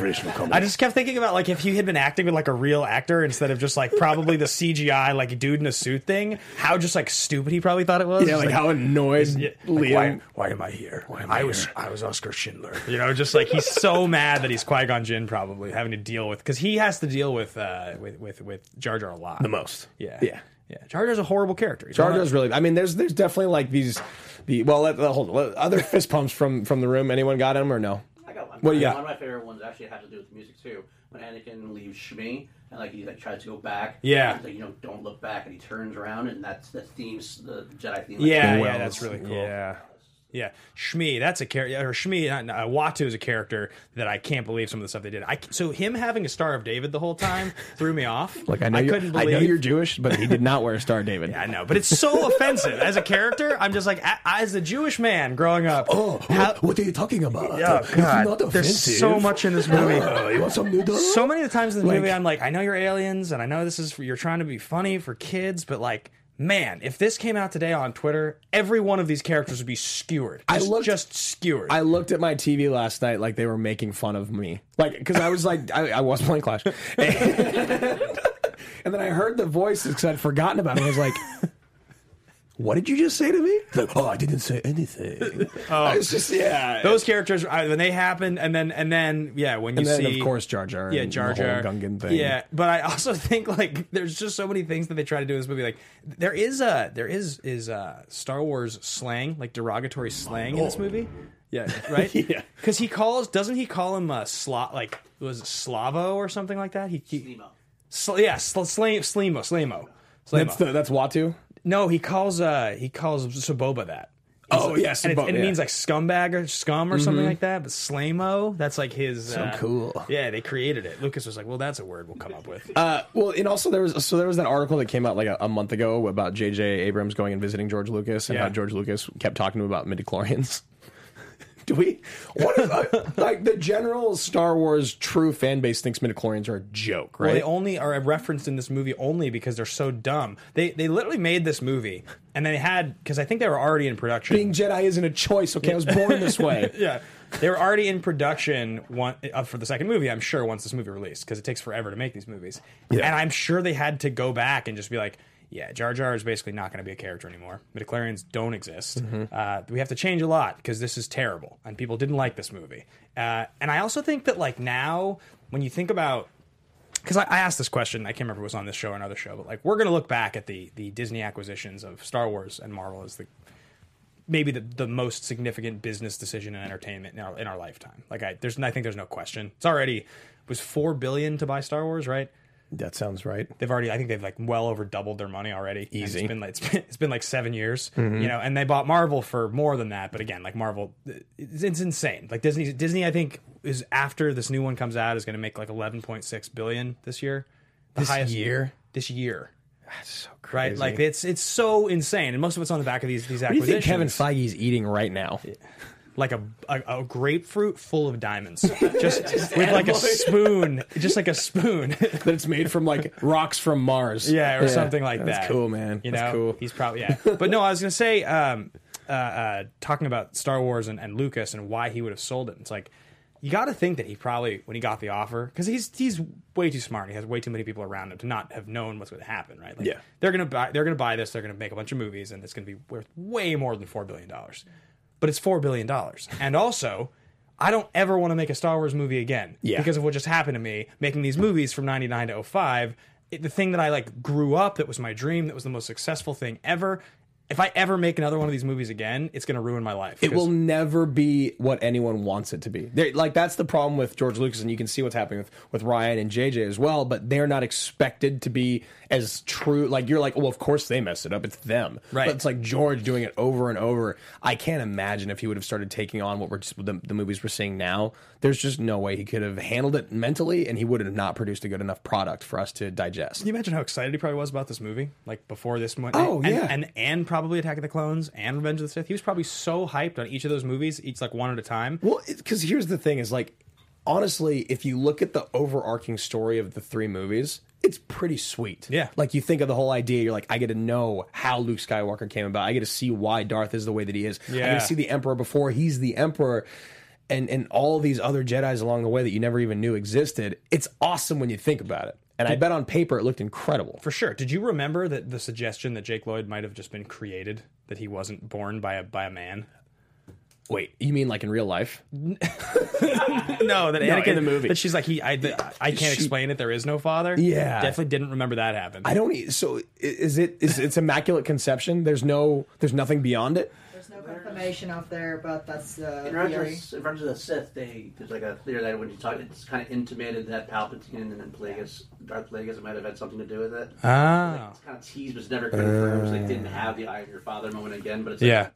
I just kept thinking about like if he had been acting with like a real actor instead of just like probably the CGI like dude in a suit thing, how just like stupid he probably thought it was.
Yeah,
It's
like, how annoyed
yeah, like,
Liam.
why, why am I here? I, was I was Oscar Schindler. You know, just like he's so mad that he's Qui Gon Jinn probably having to deal with because he has to deal with uh, with with with Jar Jar a lot.
the most.
yeah,
yeah.
yeah. Jar Jar's a horrible character. He's
Jar
one of-
Jar's really. I mean, there's there's definitely like these the well. Let, let- hold on. Let- other fist pumps from from the room. Anyone got him or no?
I got one.
What do you
One
got?
of my favorite ones actually had to do with music too. When Anakin leaves Shmi and like he like tries to go back.
Yeah.
He's like, you know, don't look back, and he turns around, and that's the themes, the Jedi theme. like,
Yeah, yeah,
Wells.
that's really cool.
Yeah.
Yeah, Shmi, that's a character, or Shmi, not, not- Watu is a character that I can't believe some of the stuff they did. I, so him having a Star of David the whole time threw me off.
Like I know you,
couldn't
I
believe.
know you're Jewish, but he did not wear a star, David.
I know, but it's so offensive as a character. I'm just like, a- as a Jewish man growing up,
Oh,
how-
are you talking about?
Yeah, God. There's so much in this movie.
Oh, you want some noodles?
so many of the times in the
Like-
movie, I'm like, I know you're aliens, and I know this is you're trying to be funny for kids, but like, man, if this came out today on Twitter, every one of these characters would be skewered.
I
Just,
looked-
just skewered.
I looked at my TV last night like they were making fun of me. Like, because I was like, I, I was playing Clash. and then I heard the voices because I'd forgotten about it. I was like, what did you just say to me? Like, oh, I didn't say anything. I was just, yeah.
Oh. those characters I, when they happen and then and then yeah when you
and then,
see
of course, Jar Jar.
yeah
and
Jar
the
Jar
whole Gungan thing.
yeah but I also think like there's just so many things that they try to do in this movie like there is a there is is a Star Wars slang like derogatory slang in this
Oh.
movie yeah right
Yeah.
because he calls doesn't he call him a slot like was it Slavo or something like that he, he
Nemo.
sl- yeah sl- slame Slimo Slamo
That's, the, that's Watu?
no he calls uh he calls Saboba that
Oh, yes.
and it, it means like scumbag or scum or something like that. But slamo, that's like his. So
Mm-hmm. cool.
Yeah, they created it. Lucas was like, "Well, that's a word we'll come up with."
Uh, well, and also there was so there was that article that came out like a, a month ago about J.J. Abrams going and visiting George Lucas and
Yeah.
how George Lucas kept talking to him about midichlorians. Do we? What is uh, like the general Star Wars true fan base thinks midichlorians are a joke,
Well,
right?
they only are referenced in this movie only because they're so dumb. They they literally made this movie and they had because I think they were already in production.
Being Jedi isn't a choice. Okay, I was born this way.
yeah, they were already in production one uh, for the second movie. I'm sure once this movie released because it takes forever to make these movies,
Yeah.
and I'm sure they had to go back and just be like, "Yeah, Jar Jar is basically not going to be a character anymore. Midichlorians don't exist. Uh, we have to change a lot because this is terrible, and people didn't like this movie. Uh, and I also think that like now, when you think about because I, I asked this question. I can't remember if it was on this show or another show, but like we're going to look back at the the Disney acquisitions of Star Wars and Marvel as the maybe the, the most significant business decision in entertainment in our, in our lifetime. Like I there's I think there's no question. It's already it was four billion to buy Star Wars, right?
That sounds right.
They've already I think they've like well over doubled their money already. And
Easy. Mm-hmm.
It's been like it's been, it's been like seven years, you know, and they bought Marvel for more than that. But again, like Marvel, it's, it's insane. Like Disney, Disney, I think is after this new one comes out is going to make like eleven point six billion this year. The
This year?
this year,
So
right?
crazy.
Like it's it's so insane, and most of it's on the back of these these
what do you
acquisitions.
think Kevin Feige's eating right now?
like a, a, a grapefruit full of diamonds, just with like a spoon, just like a spoon.
that it's made from like rocks from Mars.
yeah, or something like
That's
that.
cool, man.
You know,
That's cool.
he's probably yeah. But no, I was gonna say, um, uh, uh, talking about Star Wars and, and Lucas and why he would have sold it. It's like you got to think that he probably when he got the offer because he's he's way too smart. He has way too many people around him to not have known what's going to happen. Right? Like,
Yeah.
they're gonna buy they're gonna buy this. They're gonna make a bunch of movies, and it's gonna be worth way more than four billion dollars. But it's four billion dollars, and also. I don't ever want to make a Star Wars movie again
Yeah.
because of what just happened to me making these movies from 99 to 05 it, the thing that i like grew up that was my dream that was the most successful thing ever if i ever make another one of these movies again it's going to ruin my life
It will never be what anyone wants it to be. They, like that's the problem with George Lucas, and you can see what's happening with, with Ryan and JJ as well. But they're not expected to be as true. Like you're like, well, of course they messed it up. It's them,
Right.
But it's like George doing it over and over. I can't imagine if he would have started taking on what we're just, the, the movies we're seeing now. There's just no way he could have handled it mentally, and he would have not produced a good enough product for us to digest.
Can you imagine how excited he probably was about this movie? Like before this one.
Oh,
and,
yeah.
And, and probably Attack of the Clones and Revenge of the Sith. He was probably so hyped on each of those movies, each like one at a time.
Well, because here's the thing: is like honestly, if you look at the overarching story of the three movies, it's pretty sweet.
Yeah.
like you think of the whole idea, you're like, I get to know how Luke Skywalker came about. I get to see why Darth is the way that he is. I
Yeah.
get to see the Emperor before he's the Emperor. And, and all these other Jedi's along the way that you never even knew existed. It's awesome when you think about it. And I bet on paper it looked incredible.
For sure. Did you remember that the suggestion that Jake Lloyd might have just been created, that he wasn't born by a by a man?
Wait, you mean like in real life?
No, that Anakin
in the movie.
That she's like he. I, I can't explain it. There is no father.
Yeah.
definitely didn't remember that happened.
I don't. e- So i- is it? Is it's immaculate conception? There's no. There's nothing beyond it.
There's no confirmation out there, but that's
In
uh,
Revenge, of,
theory.
the- in Revenge of the Sith, they there's like a theory that when you talk, it's kind of intimated that Palpatine and then Plagueis, Darth Plagueis, might have had something to do with it.
Ah.
It's kind of teased, but it's never confirmed. so they didn't have the "I am your father" moment again, but it's like,
Yeah.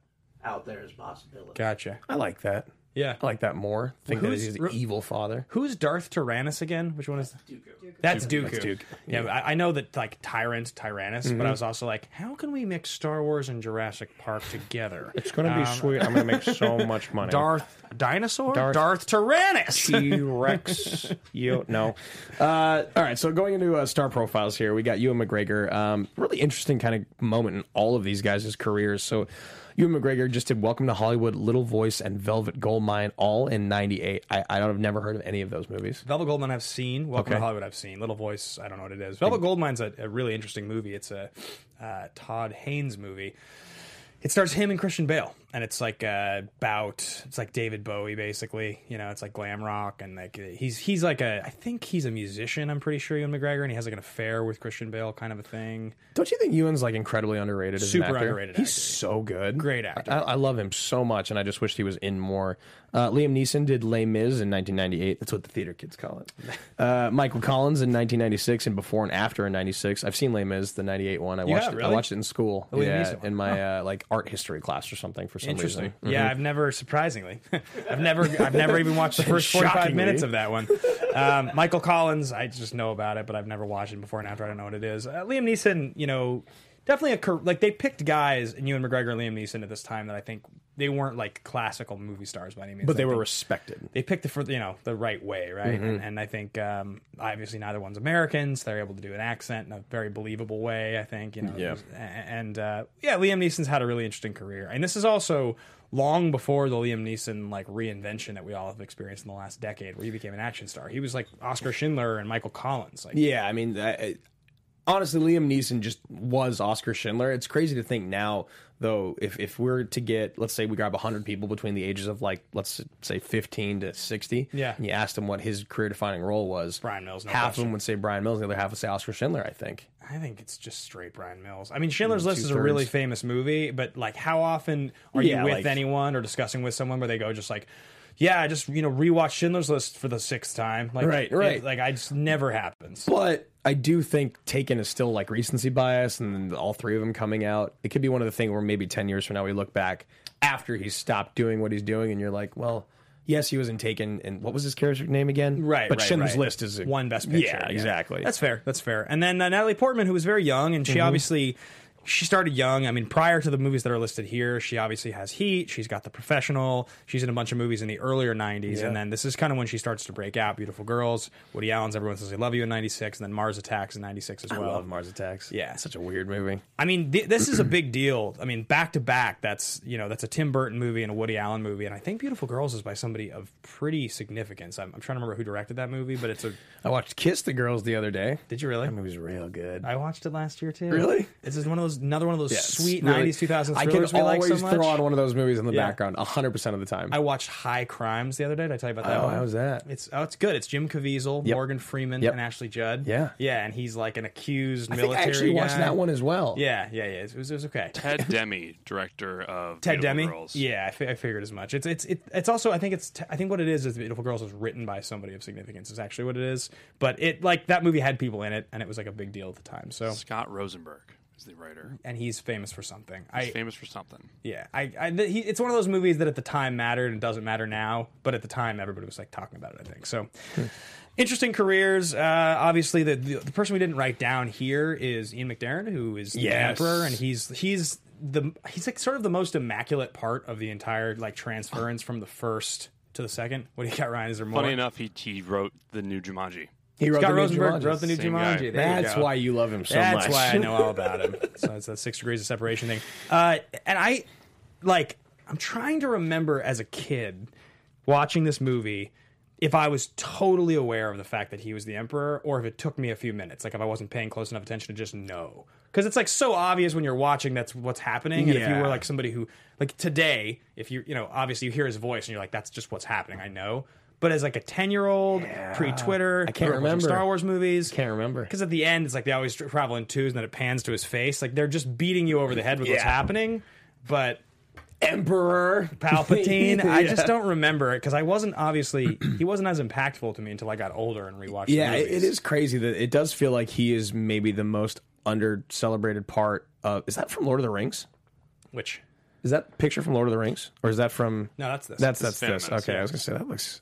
out there as a possibility.
Gotcha.
I like that.
Yeah.
I like that more. Think
Well,
that
who's-
he's the evil father.
Who's Darth Tyrannus again? Which one is that?
Dooku.
That's Dooku.
That's Dooku. Mm-hmm.
Yeah, I, I know that like Tyrant, Tyrannus, but I was also like, how can we mix Star Wars and Jurassic Park together? It's
gonna be sweet. I'm gonna make so much money.
Darth dinosaur. Darth,
Darth-
Tyrannus.
T Rex. you no. Uh, all right. So going into uh, star profiles here, we got Ewan McGregor. Um, really interesting kind of moment in all of these guys' careers. So Ewan McGregor just did Welcome to Hollywood, Little Voice, and Velvet Goldmine, all in '98. I, I don't have never heard of any of those movies.
Velvet Goldmine I've seen. Welcome to
Okay.
Hollywood I've seen. Little Voice I don't know what it is. Velvet Goldmine's a, a really interesting movie. It's a uh, Todd Haynes movie. It stars him and Christian Bale, and it's like uh, about it's like David Bowie basically. You know, it's like glam rock, and like uh, he's he's like a I think he's a musician. I'm pretty sure Ewan McGregor, and he has like an affair with Christian Bale, kind of a thing.
Don't you think Ewan's like incredibly underrated? As
Super
an actor?
underrated
He's
actor.
so good.
Great actor.
I, I love him so much, and I just wish he was in more. Uh, Liam Neeson did Les Mis in 1998. That's what the theater kids call it. Uh, Michael Collins in 1996 and Before and After in 96. I've seen Les Mis, the 98 one. I watched. It, I
really?
watched it in school.
Liam
yeah,
Neeson one.
in my uh, like art history class or something for some
Interesting.
reason. Mm-hmm.
Yeah, I've never surprisingly, I've never, I've never even watched the first forty-five
Shockingly.
minutes of that one. Um, Michael Collins, I just know about it, but I've never watched it before and after. I don't know what it is. Uh, Liam Neeson, you know, definitely a car- like they picked guys and Ewan McGregor and Liam Neeson at this time that I think they weren't like classical movie stars by any means,
But they
I
were
think
respected.
they picked the for you know the right way, right? And, and I think um, obviously neither one's Americans. They're able to do an accent in a very believable way. I think you know,
Yeah.
a- and uh, yeah, Liam Neeson's had a really interesting career, and this is also long before the Liam Neeson like reinvention that we all have experienced in the last decade, where he became an action star. He was like Oscar Schindler and Michael Collins, like
Yeah, I mean, I, honestly, Liam Neeson just was Oscar Schindler. It's crazy to think now, though, if if we're to get, let's say, we grab hundred people between the ages of like, let's say, fifteen to sixty,
Yeah.
and you asked them what his career defining role was,
Brian Mills, no
half of
question.
them would say Brian Mills, the other half would say Oscar Schindler. I think
I think it's just straight Brian Mills. I mean, Schindler's List is a
Mm, two-thirds.
really famous movie, but like, how often are
Yeah,
you with
like-
anyone or discussing with someone where they go just like, "Yeah, I just you know rewatched Schindler's List for the sixth time." Like,
Right, right.
It, like, I just never happens.
But I do think Taken is still like recency bias, and then all three of them coming out, it could be one of the things where maybe ten years from now we look back after he's stopped doing what he's doing, and you're like, well, yes, he was in Taken, and what was his character name again?
Right,
But
right,
Schindler's
right.
List is a,
one best picture.
Yeah, exactly. Mm-hmm.
That's fair. That's fair. And then uh, Natalie Portman, who was very young, and she obviously she started young. I mean, prior to the movies that are listed here, she obviously has Heat. She's got The Professional. She's in a bunch of movies in the earlier '90s, and then this is kind of when she starts to break out. Beautiful Girls, Woody Allen's Everyone Says I Love You in '96, and then Mars Attacks in '96 as well.
I love Mars Attacks.
Yeah.
such a weird movie.
I mean, th- this is a big deal. I mean, back to back, that's you know, that's a Tim Burton movie and a Woody Allen movie, and I think Beautiful Girls is by somebody of pretty significance. I'm, I'm trying to remember who directed that movie, but it's a.
I watched Kiss the Girls the other day.
Did you really?
That movie's real good.
I watched it last year too.
Really?
This is one of those another one of those
Yeah, it's
sweet
really-
'90s, 2000s
I can
thrillers we like
always
so much.
throw on one of those movies in the
Yeah.
background, hundred percent of the time.
I watched High Crimes the other day. Did I tell you about that?
Oh,
one?
how's that?
It's oh, it's good. It's Jim Caviezel,
Yep.
Morgan Freeman,
Yep.
and Ashley Judd.
Yeah.
yeah, and he's like an accused
I think
military
I actually
guy.
watched that one as well.
Yeah, yeah, yeah. It was, it was okay.
Ted Demi, director of
Ted
Beautiful
Demi.
Girls.
Yeah, I, fi- I figured as much. It's it's it, it's also I think it's t- I think what it is is Beautiful Girls was written by somebody of significance is actually what it is. But it like that movie had people in it and it was like a big deal at the time. So
Scott Rosenberg is the writer.
and he's famous for something. I
He's famous for something.
yeah, I, I th- he, it's one of those movies that at the time mattered and doesn't matter now, but at the time everybody was like talking about it. I think so.
Hmm.
Interesting careers. Uh, obviously, the, the the person we didn't write down here is Ian McDermott, who is the
Yes.
emperor, and he's he's the he's like sort of the most immaculate part of the entire like transference from the first to the second. What do you got, Ryan? Is there more?
Funny enough, he, he wrote the new Jumanji.
he wrote
Scott
the new
Rosenberg
Jumanji.
wrote the new
Same guy.
Jumanji. There you
That's
go.
why you love him so
That's
much.
why I know all about him. so it's that six degrees of separation thing. Uh, and I, like, I'm trying to remember as a kid watching this movie if I was totally aware of the fact that he was the emperor or if it took me a few minutes. Like, if I wasn't paying close enough attention to just know. Because it's like so obvious when you're watching that's what's happening. And if you
Yeah.
were like somebody who, like today, if you, you know, obviously you hear his voice and you're like, that's just what's happening. I know. But as like a 10 year old, pre Twitter,
I can't remember.
Star Wars movies.
Can't remember.
Because at the end, it's like they always tra- travel in twos, and then it pans to his face. Like they're just beating you over the head with what's
Yeah.
happening. But
Emperor
Palpatine, I
Yeah.
just don't remember it because I wasn't obviously he wasn't as impactful to me until I got older and rewatched. the
Yeah, it, it
movies.
is crazy that it does feel like he is maybe the most under celebrated part of. Is that from Lord of the Rings?
Which
Is that picture from Lord of the Rings, or is that from?
No, that's this.
That's
This
that's this.
is Phantom Menace,
Okay, I was gonna say that looks.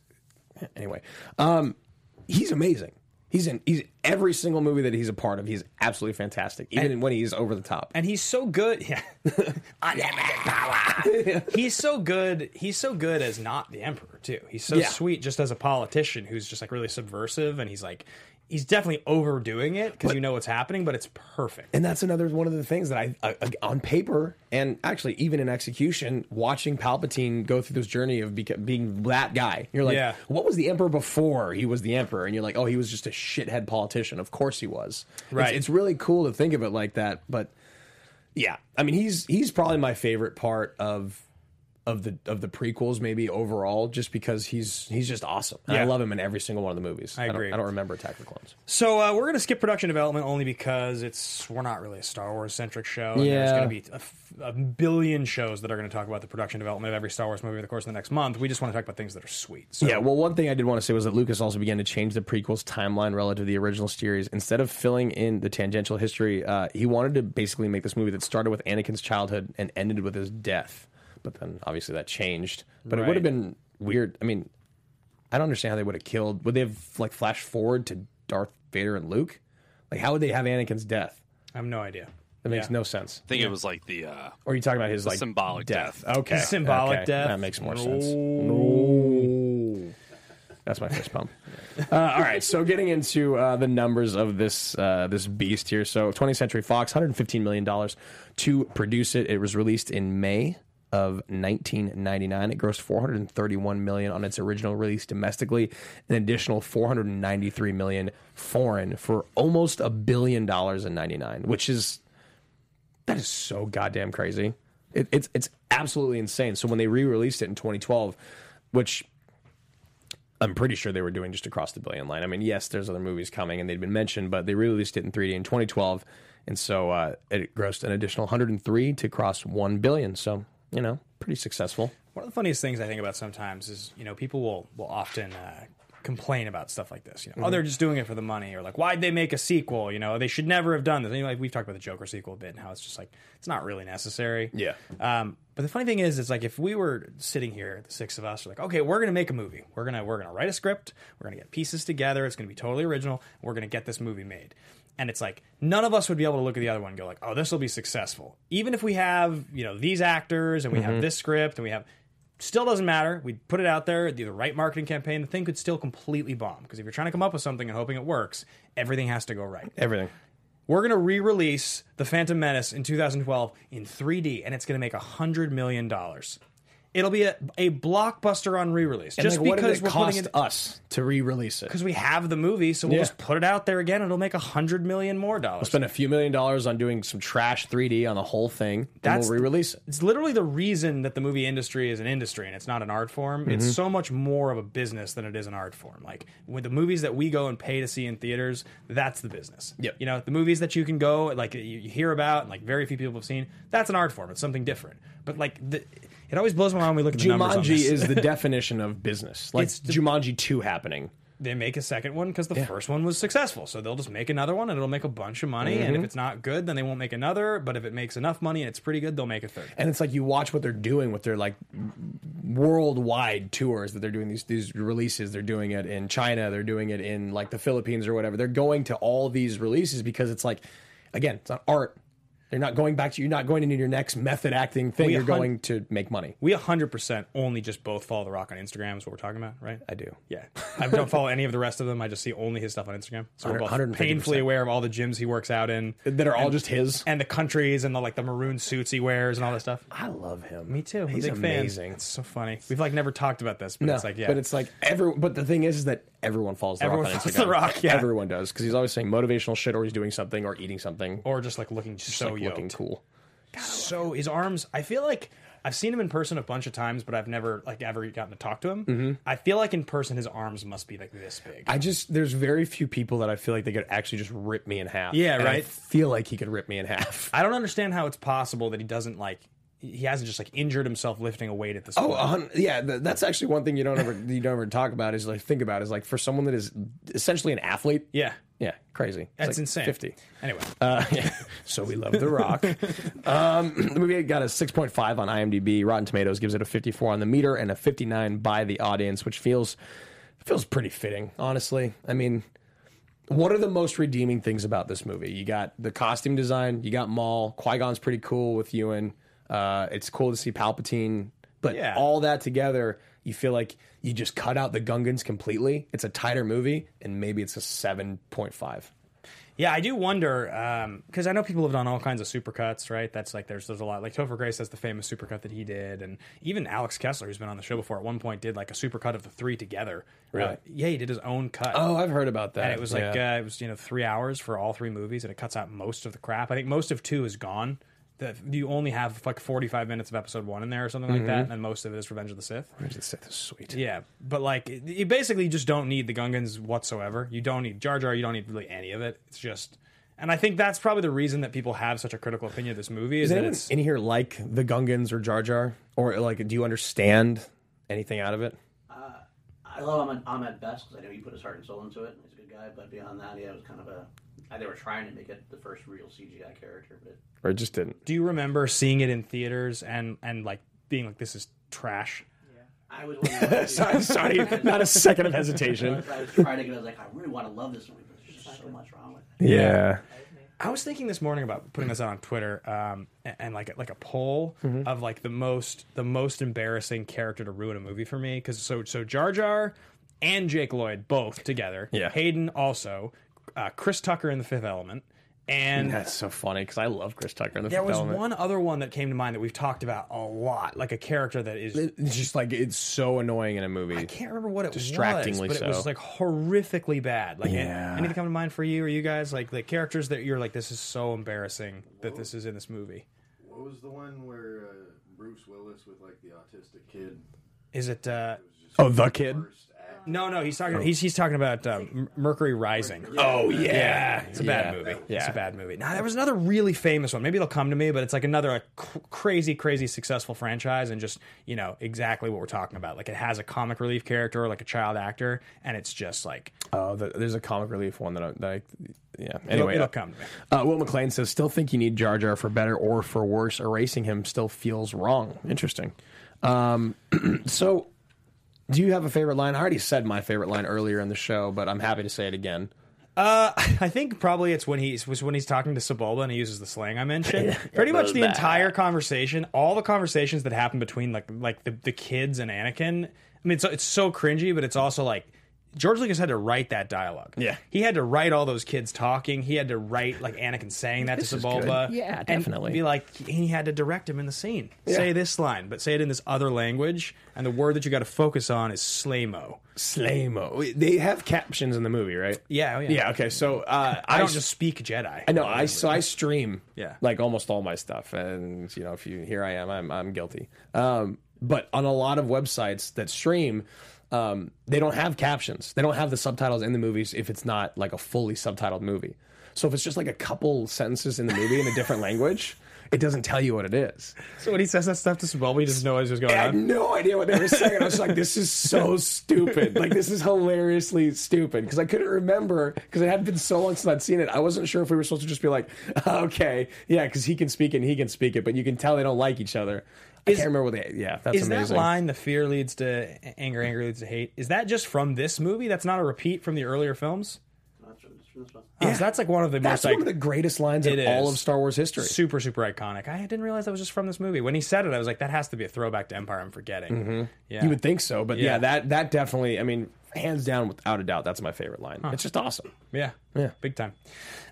eh, Anyway, um, he's amazing. He's in he's every single movie that he's a part of. He's absolutely fantastic, even when he's over the top.
and he's so good. Yeah, unlimited power. he's so good. He's so good as not the emperor too. He's so
Yeah.
sweet just as a politician who's just like really subversive, and he's like he's definitely overdoing it because you know what's happening, but it's perfect.
And that's another one of the things that I, I, on paper and actually even in execution, watching Palpatine go through this journey of beca- being that guy. You're like,
Yeah.
what was the emperor before he was the emperor? And you're like, oh, he was just a shithead politician. Of course he was. It's-
Right.
It's, really cool to think of it like that. But yeah, I mean, he's he's probably my favorite part of of the of the prequels, maybe overall, just because he's he's just awesome. And I
Yeah.
love him in every single one of the movies. I,
agree.
Don't, I don't remember Attack of the Clones.
So uh, we're going to skip production development only because it's we're not really a Star Wars centric show. And There's
Yeah.
going to be a, f- a billion shows that are going to talk about the production development of every Star Wars movie over the course of the next month. We just want to talk about things that are sweet. So
Yeah, well, one thing I did want to say was that Lucas also began to change the prequel's timeline relative to the original series. Instead of filling in the tangential history, uh, he wanted to basically make this movie that started with Anakin's childhood and ended with his death. But then obviously that changed. But it would have
Right.
been weird. I mean, I don't understand how they would have killed. Would they have like flash forward to Darth Vader and Luke? Like, how would they have Anakin's death?
I have no idea.
That makes
Yeah.
no sense.
I think it was like the uh,
Or are you talking about his like
symbolic death.
Okay,
His symbolic
okay.
death?
That makes more sense. No. That's my fist pump. uh, all right, so getting into uh, the numbers of this uh, this beast here. So, 20th Century Fox, 115 million dollars to produce it. It was released in May of 1999. It grossed 431 million on its original release domestically, an additional 493 million foreign for almost a billion dollars in 99, which is that is so goddamn crazy. It, it's it's absolutely insane. So when they re-released it in 2012, which I'm pretty sure they were doing just across the billion line. I mean, yes, there's other movies coming and they'd been mentioned, but they released it in 3D in 2012, and so uh, it grossed an additional 103 to cross one billion. So you know, pretty successful.
One of the funniest things I think about sometimes is you know people will will often uh, complain about stuff like this. You know, oh,
Mm-hmm.
they're just doing it for the money, or like, why'd they make a sequel? You know, they should never have done this. And, you know, like we've talked about the Joker sequel a bit and how it's just like it's not really necessary.
Yeah.
Um, but the funny thing is, it's like if we were sitting here, the six of us, are like, okay, we're gonna make a movie. We're gonna we're gonna write a script. We're gonna get pieces together. It's gonna be totally original. We're gonna get this movie made. And it's like none of us would be able to look at the other one and go like, oh, this will be successful. Even if we have you know these actors and we have this script and we have still doesn't matter. We put it out there, do the right marketing campaign. The thing could still completely bomb because if you're trying to come up with something and hoping it works, everything has to go right.
Everything.
We're going to re-release The Phantom Menace in 2012 in 3D, and it's going to make hundred million dollars. It'll be a, a blockbuster on re-release
And
just
like,
because
what did
we're
it cost
putting it
us to re-release it?
because we have the movie, so we'll
Yeah.
just put it out there again. and It'll make hundred million more dollars.
Spend a few million dollars on doing some trash 3D on the whole thing, then
That's
we'll re-release it.
it's literally the reason that the movie industry is an industry and it's not an art form.
Mm-hmm.
It's so much more of a business than it is an art form. Like with the movies that we go and pay to see in theaters, that's the business.
Yep.
You know, the movies that you can go like you you hear about and like very few people have seen, that's an art form. It's something different. But like the, it always blows my mind when we look at the numbers on
Jumanji
this.
is the definition of business. Like
It's the-
Jumanji 2 happening.
they make a second one because the first one was successful. So they'll just make another one and it'll make a bunch of money. And
Mm-hmm.
if it's not good, then they won't make another. But if it makes enough money and it's pretty good, they'll make a third.
And it's like you watch what they're doing with their like worldwide tours that they're doing these these releases. They're doing it in China, they're doing it in like the Philippines or whatever. They're going to all these releases because it's like again, it's not art. They're not going back to you're not going into your next method acting thing.
We
you're
hun-
going to make money.
We 100% only just both follow The Rock on Instagram, is what we're talking about, right?
I do.
Yeah. I don't follow any of the rest of them. I just see only his stuff on Instagram. So we're both
150%.
painfully aware of all the gyms he works out in.
That are all
And-
just his.
And the countries and the like the maroon suits he wears and all that stuff.
I love him.
Me too. I'm a
He's
big fan.
amazing.
It's so funny. We've like never talked about this, but
No,
it's like, yeah.
But it's like every. But the thing is, is that everyone follows the
Everyone
rock. on
follows
Instagram.
The Rock, yeah.
everyone does because he's always saying motivational shit, or he's doing something, or eating something,
or just like looking so
like,
yoked.
looking cool.
so his arms i feel like i've seen him in person a bunch of times but i've never like ever gotten to talk to him
Mm-hmm.
i feel like in person his arms must be like this big
I just there's very few people that I feel like they could actually just rip me in half.
Yeah,
And I
right?
feel like he could rip me in half.
i don't understand how it's possible that he doesn't like he hasn't just like injured himself lifting a weight at this
Oh,
point
a hun- yeah. th- That's actually one thing you don't ever you don't ever talk about is like think about is like for someone that is essentially an athlete.
yeah
Yeah, crazy. It's
that's
like
insane
Fifty.
anyway
Uh, yeah. So we love The Rock. um, the movie got a 6.5 on IMDb. Rotten Tomatoes gives it a 54 on the meter and a 59 by the audience, which feels feels pretty fitting, honestly. I mean, what are the most redeeming things about this movie? You got the costume design. You got Maul. Qui Gon's pretty cool with Ewan. Uh, it's cool to see Palpatine. But
Yeah.
all that together, you feel like you just cut out the Gungans completely. It's a tighter movie, and maybe it's a 7.5.
Yeah, I do wonder because I know people have done all kinds of supercuts, right? That's like there's there's a lot. Like Topher Grace has the famous supercut that he did, and even Alex Kessler, who's been on the show before, at one point did like a supercut of the three together.
Really?
Uh, yeah, he did his own cut.
Oh, I've heard about that.
and it was like
Yeah.
uh, it was you know three hours for all three movies, and it cuts out most of the crap. I think most of two is gone. The, you only have like 45 minutes of episode one in there or something like that, and
Mm-hmm.
then most of it is Revenge of the Sith.
Sith is sweet.
Yeah, but like it- you basically just don't need the Gungans whatsoever. You don't need Jar Jar. You don't need really any of it. It's just, and I think that's probably the reason that people have such a critical opinion of this movie is
Does
that
anyone
it's.
in here like the Gungans or Jar Jar, or like do you understand anything out of it?
I love Ahmed, Ahmed Best because I know he put his heart and soul into it. and He's a good guy, but beyond that, yeah, it was kind of a. I- They were trying to make it the first real CGI character, but
Or it just didn't?
do you remember seeing it in theaters and and like being like this is trash?
I was. one of those-
sorry, sorry, not a second of hesitation.
I was trying to get. I was like, I really want to love this movie, but there's just so much wrong with it.
Yeah,
I was thinking this morning about putting this out on Twitter um, and, and like like a poll
Mm-hmm.
of like the most the most embarrassing character to ruin a movie for me because so so Jar Jar and Jake Lloyd both together
Yeah.
Hayden also uh, Chris Tucker in The Fifth Element And
That's so funny because I love Chris Tucker in the
there
Fifth
was
Element.
one other one that came to mind that we've talked about a lot, like a character that is
It's just like it's so annoying in a movie.
I can't remember what it
Distractingly
was, but it was
so.
like horrifically bad. Like,
Yeah.
anything come to mind for you or you guys? Like the characters that you're like, this is so embarrassing that this is in this movie.
What was the one where uh, Bruce Willis with like the autistic kid?
Is it? uh
Oh, the kid.
First act.
No, no, he's talking. He's he's talking about uh, M- Mercury Rising.
Oh yeah,
It's a bad
Yeah.
movie.
Yeah.
It's a bad movie. Now there was another really famous one. Maybe it'll come to me, but it's like another like, cr- crazy, crazy successful franchise, and just you know exactly what we're talking about. Like it has a comic relief character, or like a child actor, and it's just like
Oh, the, there's a comic relief one that I, that I yeah. Anyway,
it'll
uh,
come to me.
Uh, Will McLean says, "Still think you need Jar Jar for better or for worse. Erasing him still feels wrong." Interesting. Um, so, do you have a favorite line? I already said my favorite line earlier in the show, but I'm happy to say it again.
I think probably it's when he's was when he's talking to Sebulba and he uses the slang I mentioned. Pretty much the
that.
entire conversation, all the conversations that happen between like like the, the kids and Anakin. I mean, it's it's so cringy, but it's also like George Lucas had to write that dialogue.
Yeah.
he had to write all those kids talking. He had to write like Anakin saying that to
is
Sebulba.
good. Yeah,
and
definitely.
be like he had to direct him in the scene. Say this line, but say it in this other language. And the word that you got to focus on is slamo.
Slaymo. They have captions in the movie, right?
Yeah, oh, yeah.
Yeah. Okay. So uh,
I don't
s-
just speak Jedi.
I know. I so I stream.
Yeah.
Like almost all my stuff, and you know, if you here I am, I'm I'm guilty. Um, but on a lot of websites that stream, um, they don't have captions. They don't have the subtitles in the movies if it's not like a fully subtitled movie. So if it's just like a couple sentences in the movie in a different language, it doesn't tell you what it is.
So when he says that stuff to Sebulba, he doesn't know what's going
I had
on.
no idea what they were saying. I was like, this is so stupid. Like, this is hilariously stupid. Because I couldn't remember, because it had been so long since I'd seen it. I wasn't sure if we were supposed to just be like, okay, yeah, because he can speak it and he can speak it, but you can tell they don't like each other. I can't remember what they, yeah, that's
is
amazing.
that line "the fear leads to anger, anger leads to hate"? Is that just from this movie? That's not a repeat from the earlier films.
That's from- that's from this one.
Yeah. that's like one of the
That's
most
one
like
of the greatest lines in
It
all
is.
of Star Wars history.
super super iconic. I didn't realize that was just from this movie. When he said it, I was like, that has to be a throwback to Empire. I'm forgetting. Yeah,
You would think so, but yeah.
Yeah.
that that definitely, I mean, hands down, without a doubt, that's my favorite line. It's just awesome.
Yeah, yeah, big time.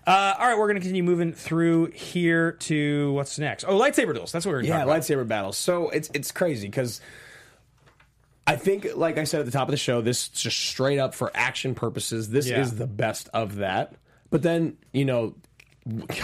Uh, all right, we're gonna continue moving through here to what's next. Oh, lightsaber duels. That's what we're gonna
yeah
talk about.
lightsaber battles so it's it's crazy because i think like i said at the top of the show this just straight up for action purposes this
Yeah.
is the best of that but then you know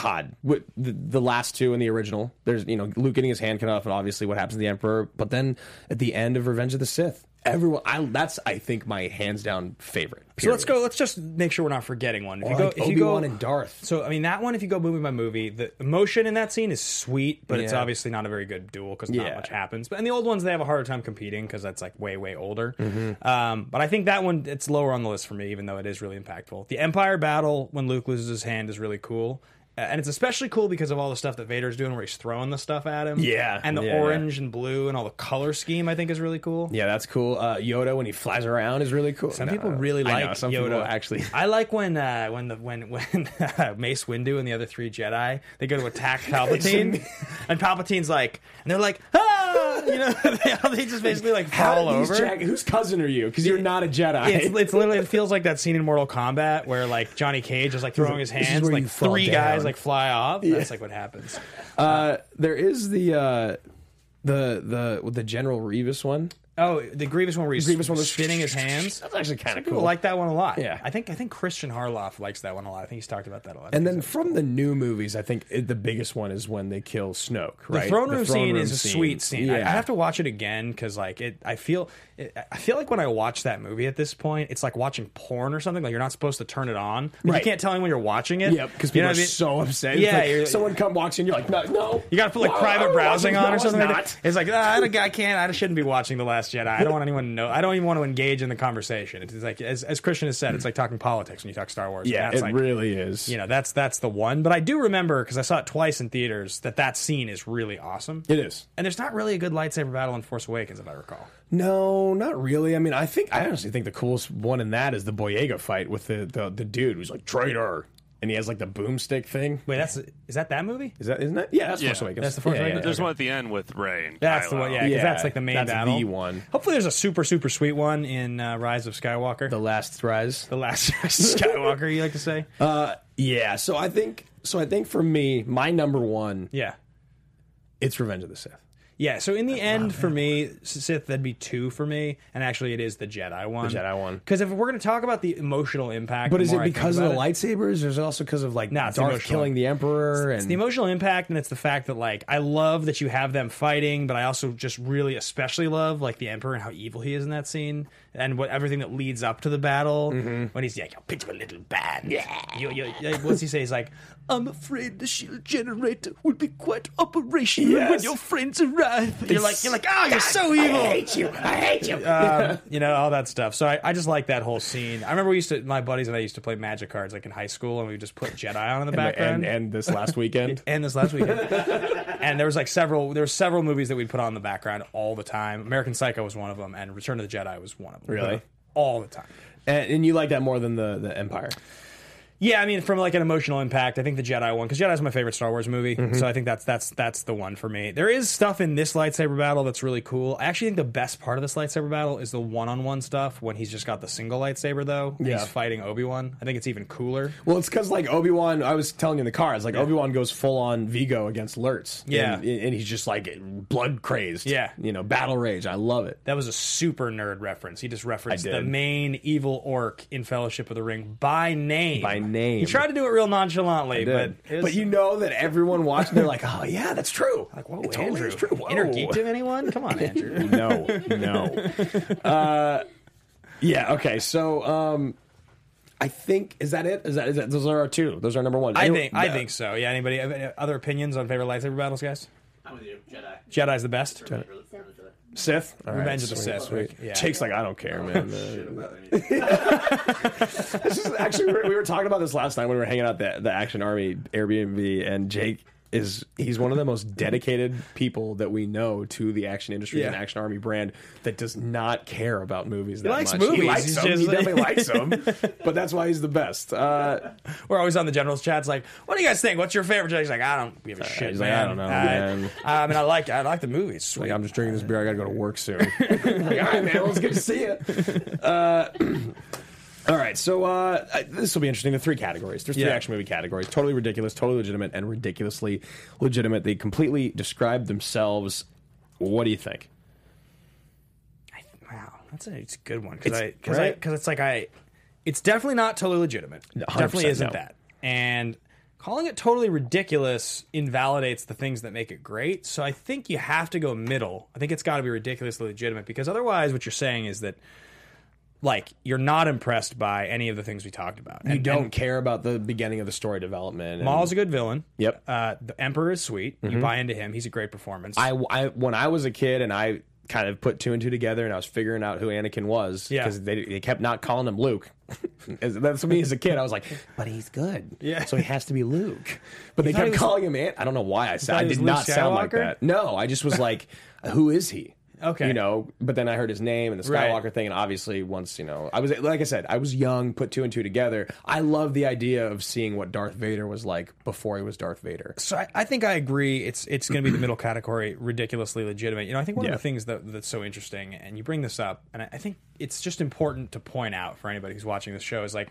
god what- the, the last two in the original there's you know luke getting his hand cut off and obviously what happens to the emperor but then at the end of revenge of the sith everyone i that's i think my hands down favorite
So let's
period.
go. Let's just make sure we're not forgetting one. If
Or like Obi-Wan and Darth.
So I mean, that one. If you go movie by movie, the emotion in that scene is sweet, but it's
Yeah.
obviously not a very good duel because
Yeah.
not much happens. But in the old ones, they have a harder time competing because that's like way way older.
Mm-hmm.
Um, but I think that one it's lower on the list for me, even though it is really impactful. The Empire battle when Luke loses his hand is really cool. Uh, And it's especially cool because of all the stuff that Vader's doing, where he's throwing the stuff at him.
Yeah.
and the
Yeah, yeah.
orange and blue and all the color scheme, I think, is really cool.
yeah, that's cool. Uh, Yoda when he flies around is really cool.
Some people really
I
like
know, some
Yoda.
People actually,
I like when uh, when the when when uh, Mace Windu and the other three Jedi they go to attack Palpatine, and Palpatine's like, and they're like, ah, you know, they, they just basically like fall
How do these
over.
Jag- whose cousin are you? Because you're not a Jedi.
It's, it's literally it feels like that scene in Mortal Kombat where like Johnny Cage is like throwing his
This is
hands,
where
like
you fall
three
down.
guys like fly off. That's like what happens.
Uh, there is the uh, the the the General Revis one.
Oh, the Grievous one where he's
Grievous one was-
spinning his hands.
That's actually kind of
People like that one a lot.
Yeah.
I think I think Christian Harloff likes that one a lot. I think he's talked about that a lot.
And then from the new movies, I think it, the biggest one is when they kill Snoke. Right,
The throne room scene is a
scene.
sweet scene. I, I
Yeah.
have to watch it again because like it, I feel, it, I feel like when I watch that movie at this point, it's like watching porn or something. Like you're not supposed to turn it on. Like,
Right.
You can't tell anyone you're watching it.
Yep, because
you
people
know
are
what I mean?
so upset. It's
Yeah,
like,
you're-
someone come walks in, you're like, no, no.
You gotta put like
No,
private
I'm
browsing
watching-
on
no,
or
it's
something. Like
not.
that. It's like ah, I, don't- I can't. I shouldn't be watching the Last Jedi. I don't want anyone to know. I don't even want to engage in the conversation. It's like as, as Christian has said, it's like talking politics when you talk Star Wars.
Yeah,
and that's
it
like,
really is.
You know, that's that's the one. But I do remember because I saw it twice in theaters that that scene is really awesome.
it is.
And there's not really a good lightsaber battle in Force Awakens, if I recall.
No, not really. I mean, I think I honestly think the coolest one in that is the Boyega fight with the the, the dude who's like traitor, and he has like the boomstick thing.
Wait, that's is that that movie?
Is that isn't it? Yeah, that's
Yeah.
Force Awakens.
That's the Force
Yeah, yeah,
Awakens.
yeah.
There's one at the end with Ray. And
That's
Kylo.
the one, yeah, because
Yeah,
that's like the main
that's
battle.
the one.
Hopefully, there's a super super sweet one in uh, Rise of Skywalker, the,
The last rise.
last Skywalker. You like to say?
Uh, yeah. So I think So I think for me, my number one,
Yeah.
it's Revenge of the Sith.
Yeah, so in the end, for me, Sith, that'd be two for me, and actually, it is the Jedi one.
The Jedi one.
Because if we're going to talk about the emotional impact,
But
the
is
more
it
I think
because of
about
the
it-
lightsabers, or is it also because of like
No, it's
Darth
emotional.
killing the Emperor?
It's
and
the emotional impact, and it's the fact that like I love that you have them fighting, but I also just really especially love like the Emperor and how evil he is in that scene, and what everything that leads up to the battle
Mm-hmm.
when he's like, "I'll pinch a little band." You- you- you- what's he say? He's like, "I'm afraid the shield generator will be quite operational when
Yes.
your friends arrive." you're like, you're like, "Oh, you're so evil."
you. I hate you.
um, you know all that stuff. So I, I just like that whole scene. I remember we used to, my buddies and I used to play Magic cards like in high school, and we would just put Jedi on in the
and,
background
and, and this last weekend,
and this last weekend. and there was like several there were several movies that we'd put on in the background all the time. American Psycho was one of them, and Return of the Jedi was one of them.
Really?
all the time.
and, and you like that more than the the Empire.
Yeah, I mean, from like an emotional impact, I think the Jedi one because Jedi is my favorite Star Wars movie,
Mm-hmm.
so I think that's that's that's the one for me. There is stuff in this lightsaber battle that's really cool. I actually think the best part of this lightsaber battle is the one-on-one stuff when he's just got the single lightsaber though. and
Yeah.
he's fighting Obi Wan. I think it's even cooler.
Well, it's because like Obi Wan, I was telling you in the car, it's like Obi Wan goes full on Vigo against Lurtz.
Yeah.
and, and he's just like blood crazed.
Yeah.
you know, battle rage. I love it.
That was a super nerd reference. He just referenced
I
the
did.
main evil orc in Fellowship of the Ring by name.
By name.
He tried to do it real nonchalantly, but
But, but you know that everyone watching, they're like, oh yeah, that's true. Like,
whoa,
it totally
Andrew,
is true. Whoa.
intergeeked him anyone? Come on, Andrew.
no, no. Uh, yeah. Okay. So, um, I think is that it? Is that is that those are our two? Those are our number one.
I
Any-
think I
uh,
think so. Yeah. Anybody have any other opinions on favorite lightsaber battles, guys?
I'm with you, Jedi.
Jedi's the best.
Really, really, really Jedi.
Sith. All right,
Revenge of the
sweet,
Sith.
sweet.
Yeah.
Jake's like, I don't care, man. Uh,
Shit about anything.
This is- actually, we were, we were talking about this last night when we were hanging out at the, the Action Army Airbnb, and Jake is he's one of the most dedicated people that we know to the action industry and
Yeah.
Action Army brand that does not care about movies. That
likes
much.
movies,
He likes
he's
them.
just-
He definitely likes them, but that's why he's the best. Uh,
We're always on the general's chats. Like, what do you guys think? What's your favorite? Jedi? He's like, I don't give a shit.
Uh, he's like,
man.
I don't know,
I,
man.
I mean, I like I like the movies.
like,
Sweet.
I'm just drinking this beer. I gotta go to work soon. like, all right, man. Well, it's good to see you. Uh, all right, so uh, I- this will be interesting. The three categories. There's three
Yeah.
action movie categories: totally ridiculous, totally legitimate, and ridiculously legitimate. They completely describe themselves. What do you think?
Wow, that's a, it's a good one because I
It's-
because
right?
because it's like I, it's definitely not totally legitimate. It
100%
definitely isn't
no.
that. And calling it totally ridiculous invalidates the things that make it great. So I think you have to go middle. I think it's got to be ridiculously legitimate because otherwise, what you're saying is that like you're not impressed by any of the things we talked about. And,
You don't
and
care about the beginning of the story development. and-
Maul's a good villain.
Yep.
Uh, the Emperor is sweet. You buy into him. He's a great performance.
Mm-hmm. I, I- when I was a kid and I kind of put two and two together and I was figuring out who Anakin was
Yeah.
because they, they kept not calling him Luke. As- That's me as a kid. I was like, but he's good.
Yeah.
So he has to be Luke. But they
thought
kept
he was-
calling him Ant. I don't know why I
thought
said I
he was
did
Luke
not sound like
Skywalker?
that. No, I just was like, who is he?
Okay.
You know, but then I heard his name and the
Right.
Skywalker thing, and obviously once, you know, I was like I said, I was young, put two and two together. I love the idea of seeing what Darth Vader was like before he was Darth Vader.
so I, I think I agree. It's it's going to be the middle category, ridiculously legitimate. You know, I think one
Yeah.
of the things that that's so interesting, and you bring this up, and I, I think it's just important to point out for anybody who's watching this show is like.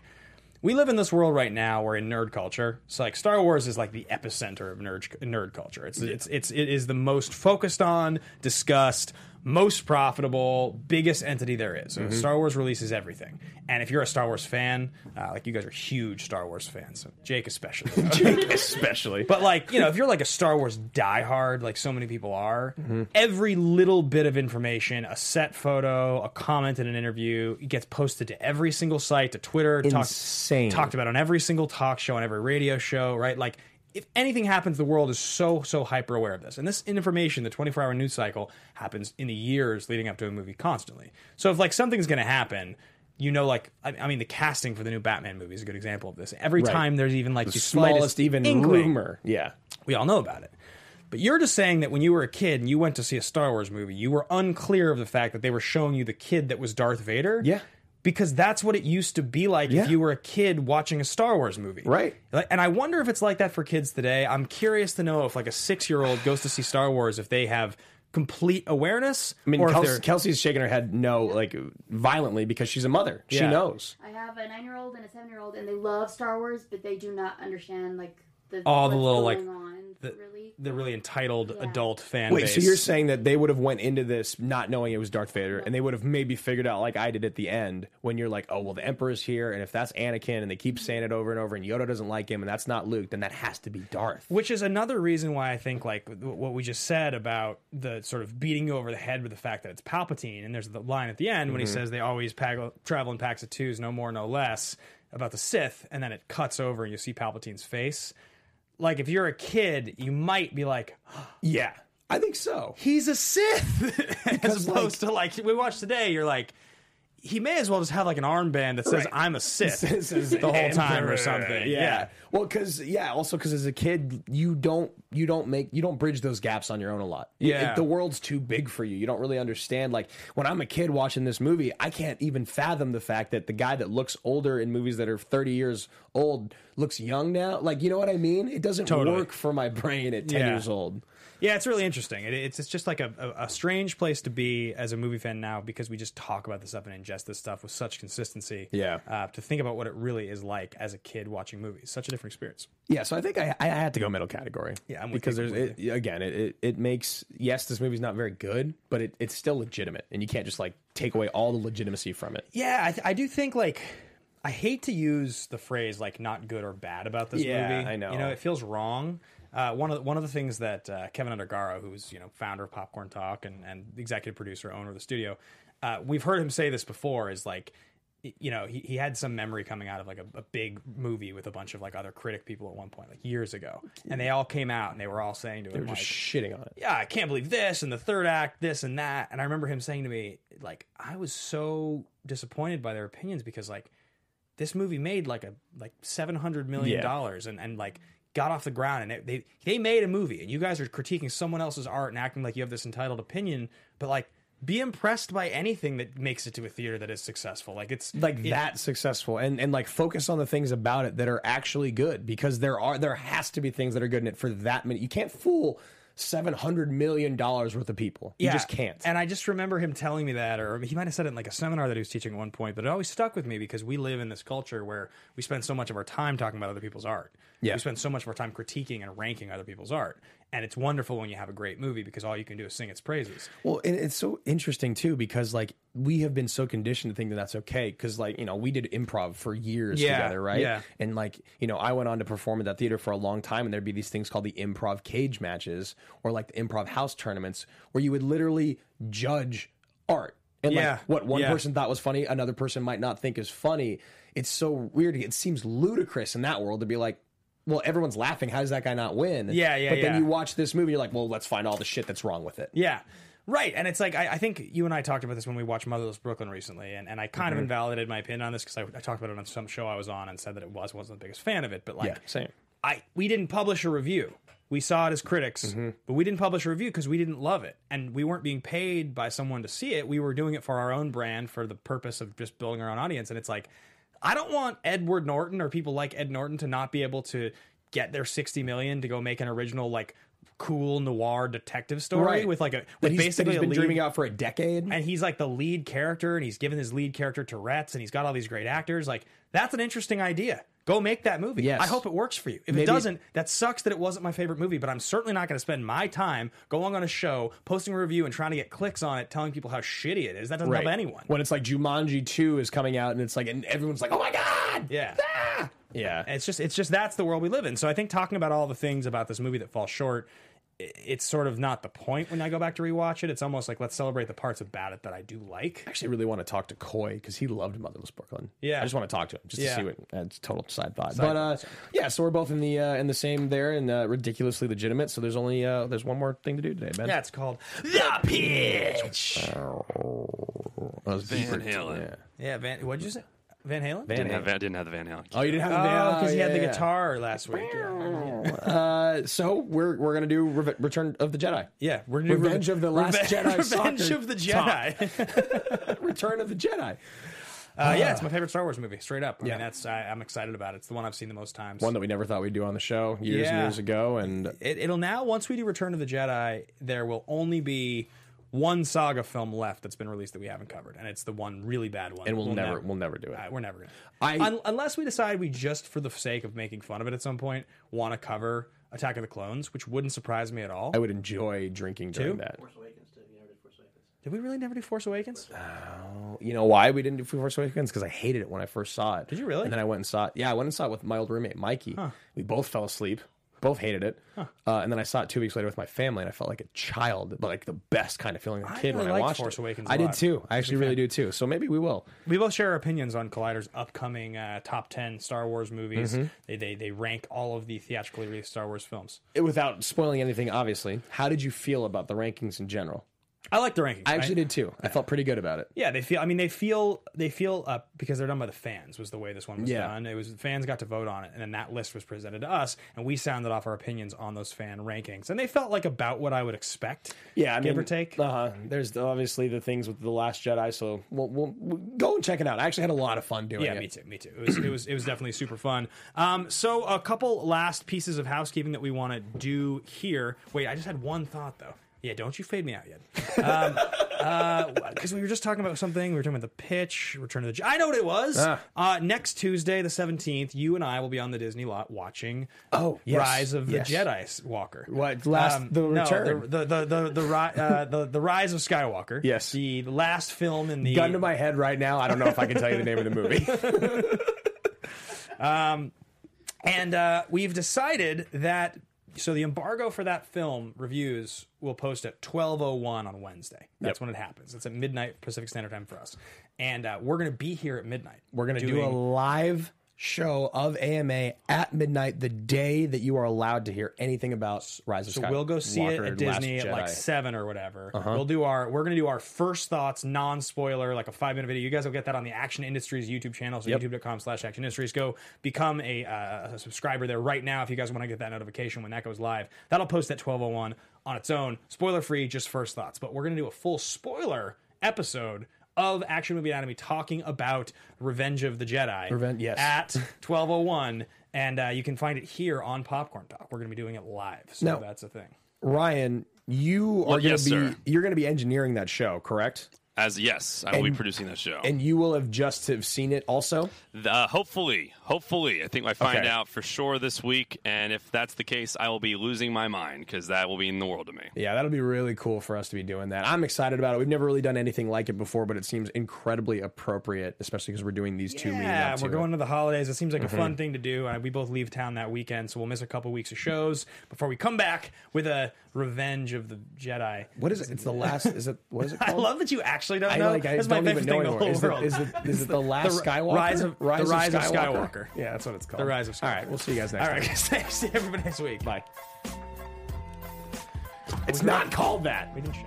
We live in this world right now where in nerd culture, it's like Star Wars is like the epicenter of nerd nerd culture. It's it's it's it is the most focused on, discussed, most profitable, biggest entity there is. So Star Wars releases everything, and if you're a Star Wars fan, uh, like you guys are huge Star Wars fans, Jake especially.
Especially.
But like, you know, if you're like a Star Wars diehard, like so many people are,
Mm-hmm.
every little bit of information, a set photo, a comment in an interview, it gets posted to every single site, to Twitter, talk-
Insane.
talked about on every single talk show, on every radio show, right? Like, if anything happens, the world is so so hyper aware of this, and this information, the 24 hour news cycle, happens in the years leading up to a movie constantly. So if like something's going to happen. You know, like I I mean, the casting for the new Batman movie is a good example of this. Every
Right.
time there's even like the,
smallest even
inkling,
rumor. Yeah.
we all know about it. But you're just saying that when you were a kid and you went to see a Star Wars movie, you were unclear of the fact that they were showing you the kid that was Darth Vader.
Yeah.
Because that's what it used to be like
Yeah.
if you were a kid watching a Star Wars movie.
Right.
Like- And I wonder if it's like that for kids today. I'm curious to know if like a six year old goes to see Star Wars if they have complete awareness
I mean,
or if
Kelsey,
they're-
Kelsey's shaking her head no, like violently, because she's a mother. She
Yeah.
knows.
I have a nine year old and a seven year old, and they love Star Wars, but they do not understand like the
All the
what's
little, like,
going on,
the-
really.
the really entitled
Yeah.
adult fan
Wait,
base.
so you're saying that they would have went into this not knowing it was Darth Vader, and they would have maybe figured out like I did at the end when you're like, oh well, the Emperor's here, and if that's Anakin, and they keep saying it over and over, and Yoda doesn't like him, and that's not Luke, then that has to be Darth.
Which is another reason why I think like w- what we just said about the sort of beating you over the head with the fact that it's Palpatine, and there's the line at the end
Mm-hmm.
when he says they always pag- travel in packs of twos, no more, no less, about the Sith, and then it cuts over and you see Palpatine's face. Like if you're a kid, you might be like,
Yeah, I think so.
he's a Sith, as
Because, like-
opposed to like we watched today. You're like, he may as well just have like an armband that says
Right.
I'm a Sith
This is
the whole time
emperor.
or something.
Yeah. Well, because yeah, also because as a kid, you don't you don't make you don't bridge those gaps on your own a lot.
Yeah.
the world's too big for you. You don't really understand. Like when I'm a kid watching this movie, I can't even fathom the fact that the guy that looks older in movies that are 30 years old looks young now. Like you know what I mean? It doesn't
Totally.
work for my brain at 10
Yeah.
years old.
Yeah, it's really interesting. It, it's it's just like a, a, a strange place to be as a movie fan now because we just talk about this stuff and ingest this stuff with such consistency.
Yeah.
Uh, to think about what it really is like as a kid watching movies, such a different experience.
Yeah, so I think I, I had to go middle category.
Yeah, I'm with
because
you
there's it, again, it, it it makes yes, this movie's not very good, but it, it's still legitimate, and you can't just like take away all the legitimacy from it.
Yeah, I, th- I do think like I hate to use the phrase like not good or bad about this
Yeah,
movie.
I know.
You know, it feels wrong. Uh, one of the, one of the things that uh, Kevin Undergaro, who's you know founder of Popcorn Talk and and executive producer owner of the studio, uh, we've heard him say this before is like. y- You know, he, he had some memory coming out of like a, a big movie with a bunch of like other critic people at one point, like years ago, and they all came out and they were all saying to him,
We're
like,
just shitting on it.
yeah, I can't believe this and the third act, this and that. And I remember him saying to me, like, I was so disappointed by their opinions because like this movie made like a like seven hundred million dollars and, and like got off the ground and it, they they made a movie and you guys are critiquing someone else's art and acting like you have this entitled opinion, but like be impressed by anything that makes it to a theater that is successful. Like it's
like
it-
that successful and and like focus on the things about it that are actually good because there are there has to be things that are good in it for that many you can't fool 700 million dollars worth of people you just can't
And I just remember him telling me that, or he might have said it in like a seminar that he was teaching at one point, but it always stuck with me because we live in this culture where we spend so much of our time talking about other people's art.
Yeah.
We spend so much of our time critiquing and ranking other people's art. And it's wonderful when you have a great movie because all you can do is sing its praises.
Well, and it's so interesting too because like we have been so conditioned to think that that's okay because like you know we did improv for years
Yeah,
together, right?
yeah.
And like you know I went on to perform at that theater for a long time, and there'd be these things called the improv cage matches or like the improv house tournaments where you would literally judge art. And
Yeah,
like what one
yeah.
person thought was funny, another person might not think is funny. It's so weird. It seems ludicrous in that world to be like, well, everyone's laughing. How does that guy not win?
Yeah, yeah,
But
yeah.
then you watch this movie, you're like, well, let's find all the shit that's wrong with it.
Yeah. Right. And it's like, I, I think you and I talked about this when we watched Motherless Brooklyn recently, and, and I kind
Mm-hmm.
of invalidated my opinion on this because I, I talked about it on some show I was on and said that it was, wasn't the biggest fan of it. But like,
Yeah, same.
I we didn't publish a review. We saw it as critics,
Mm-hmm.
but we didn't publish a review because we didn't love it, and we weren't being paid by someone to see it. We were doing it for our own brand, for the purpose of just building our own audience. And it's like, I don't want Edward Norton or people like Ed Norton to not be able to get their sixty million to go make an original like cool noir detective story
Right.
with like a
that
with
he's,
basically
basically
a
been
lead-
dreaming out for a decade.
and he's like the lead character and he's given his lead character Tourette's and he's got all these great actors. Like, that's an interesting idea. Go make that movie.
Yes.
I hope it works for you. If
Maybe-
it doesn't, that sucks that it wasn't my favorite movie, but I'm certainly not going to spend my time going on a show, posting a review, and trying to get clicks on it, telling people how shitty it is. That doesn't help anyone.
When it's like Jumanji Two is coming out, and it's like, and everyone's like, "Oh my god!"
Yeah.
yeah.
And it's just it's just that's the world we live in. So I think talking about all the things about this movie that fall short, i- it's sort of not the point when I go back to rewatch it. It's almost like let's celebrate the parts about it that I do like.
I actually really want to talk to Coy because he loved Motherless Brooklyn.
Yeah.
I just want to talk to him just
Yeah.
to see what. That's total side thought. but uh, yeah, so we're both in the uh, in the same there and uh, ridiculously legitimate. So there's only uh, there's one more thing to do today, Ben.
Yeah, it's called The Pitch.
That was deeper.
Van Halen.
Yeah.
Yeah, Van. What'd you say? Van Halen.
Van
Didn't have,
Halen.
Van- didn't have the Van Halen.
Oh, you didn't have the Van
Oh,
Halen?
because he
Yeah,
had
yeah,
the
yeah.
guitar last week. Yeah,
Uh, so we're we're gonna do Re- Return of the Jedi.
yeah we're gonna do
Revenge of the Last
Reven-
Jedi
Revenge
soccer
of the Jedi.
Return of the Jedi.
uh, yeah, it's my favorite Star Wars movie, straight up. I
Yeah.
mean, that's I, I'm excited about it. It's the one I've seen the most times.
One that we never thought we'd do on the show years and
Yeah.
years ago, and
it, it'll now once we do Return of the Jedi, there will only be one saga film left that's been released that we haven't covered, and it's the one really bad one.
And we'll never- we'll never do it.
Uh, we're never gonna.
I-
Un- unless we decide we just for the sake of making fun of it at some point want to cover Attack of the Clones, which wouldn't surprise me at all.
I would enjoy drinking during
Two?
that.
Force Awakens too. You never did Force Awakens.
Did we really never do Force Awakens?
You know why we didn't do Force Awakens? Because I hated it when I first saw it. Did
you really?
And then I went and saw it. Yeah, I went and saw it with my old roommate Mikey. We both fell asleep. Both hated it. Uh, and then I saw it two weeks later with my family, and I felt like a child, but like the best kind of feeling of a
I
kid
really
when I
liked
watched
Force
it.
Awakens a
I did
lot.
too. I actually really do too. So maybe we will.
we both share our opinions on Collider's upcoming uh, top ten Star Wars movies.
Mm-hmm.
They, they they rank all of the theatrically released Star Wars films.
It- Without spoiling anything, obviously. How did you feel about the rankings in general?
I like the rankings.
I actually did too. I felt pretty good about it.
Yeah, they feel. I mean, they feel. They feel uh, because they're done by the fans. Was the way this one was
Yeah.
done. It was fans got to vote on it, and then that list was presented to us, and we sounded off our opinions on those fan rankings, and they felt like about what I would expect.
Yeah, I
give
mean,
or take.
Uh-huh. There's the- obviously the things with the Last Jedi, so we'll, we'll, we'll go and check it out. I actually had a lot of fun doing
yeah,
it.
me too. Me too. It was, it was it was definitely super fun. Um, so a couple last pieces of housekeeping that we want to do here. Wait, I just had one thought though. Yeah, don't you fade me out yet. because we were just talking about something. We were talking about the pitch, Return of the. J- I know what it was.
Ah.
Uh, next Tuesday, the seventeenth, you and I will be on the Disney lot watching.
Oh, yes,
Rise of
yes.
the Jedi Walker. Um,
What, last- the
no,
Return.
the the the the, the, ri- uh, the the Rise of Skywalker.
Yes.
the last film in the
Gun to my head right now. I don't know if I can tell you the name of the movie.
And uh, we've decided that so the embargo for that film reviews will post at twelve oh one on Wednesday. That's when it happens. It's at midnight Pacific Standard Time for us, and uh, we're going to be here at midnight.
We're going to do a
Doing-
live show of AMA at midnight, the day that you are allowed to hear anything about Rise of
So we'll go see it
Skywalker,
at Disney
Last
at like
Jedi. Uh-huh.
seven or whatever. We'll do our we're gonna do our first thoughts, non spoiler, like a five minute video. You guys will get that on the Action Industries YouTube channel, so
Yep.
youtube.com slash action industries. Go become a, uh, a subscriber there right now if you guys want to get that notification when that goes live. That'll post at twelve oh one on its own. Spoiler free, just first thoughts. But we're gonna do a full spoiler episode of Action Movie Anatomy talking about Revenge of the Jedi.
Reven- yes.
At twelve oh one. And uh, you can find it here on Popcorn Talk. We're going to be doing it live, so
Now-
that's a thing.
Ryan, you are going to
yes,
be
sir.
you're going to be engineering that show, correct?
As yes, I will be
And-
producing that show.
And you will have just have seen it also.
Uh, hopefully, hopefully, I think I find
Okay.
out for sure this week. And if that's the case, I will be losing my mind because that will be in the world to me.
Yeah, that'll be really cool for us to be doing that. I'm excited about it. We've never really done anything like it before, but it seems incredibly appropriate, especially because we're doing these two. leading
Yeah,
up to
we're
it. Mm-hmm.
going to the holidays. It seems like a fun thing to do. Uh, we both leave town that weekend, so we'll miss a couple weeks of shows before we come back with a Revenge of the Jedi.
What is it? It's the last. Is it? What is it
I
called?
love that you actually don't
I
know.
like. I
That's my
don't
favorite
even know
thing in the
anymore.
whole
Is it,
world.
is it, is it the last
the
Skywalker?
Rise of- the Rise of Skywalker.
Yeah, that's what it's called.
the Rise of Skywalker.
All right, we'll see you guys next.
All right,
time.
guys, thanks. see everybody next week.
Bye. It's not called that.
We didn't shit.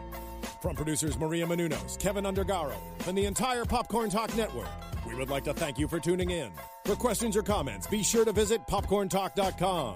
From producers Maria Menunos, Kevin Undergaro, and the entire Popcorn Talk Network, we would like to thank you for tuning in. For questions or comments, be sure to visit popcorntalk.com.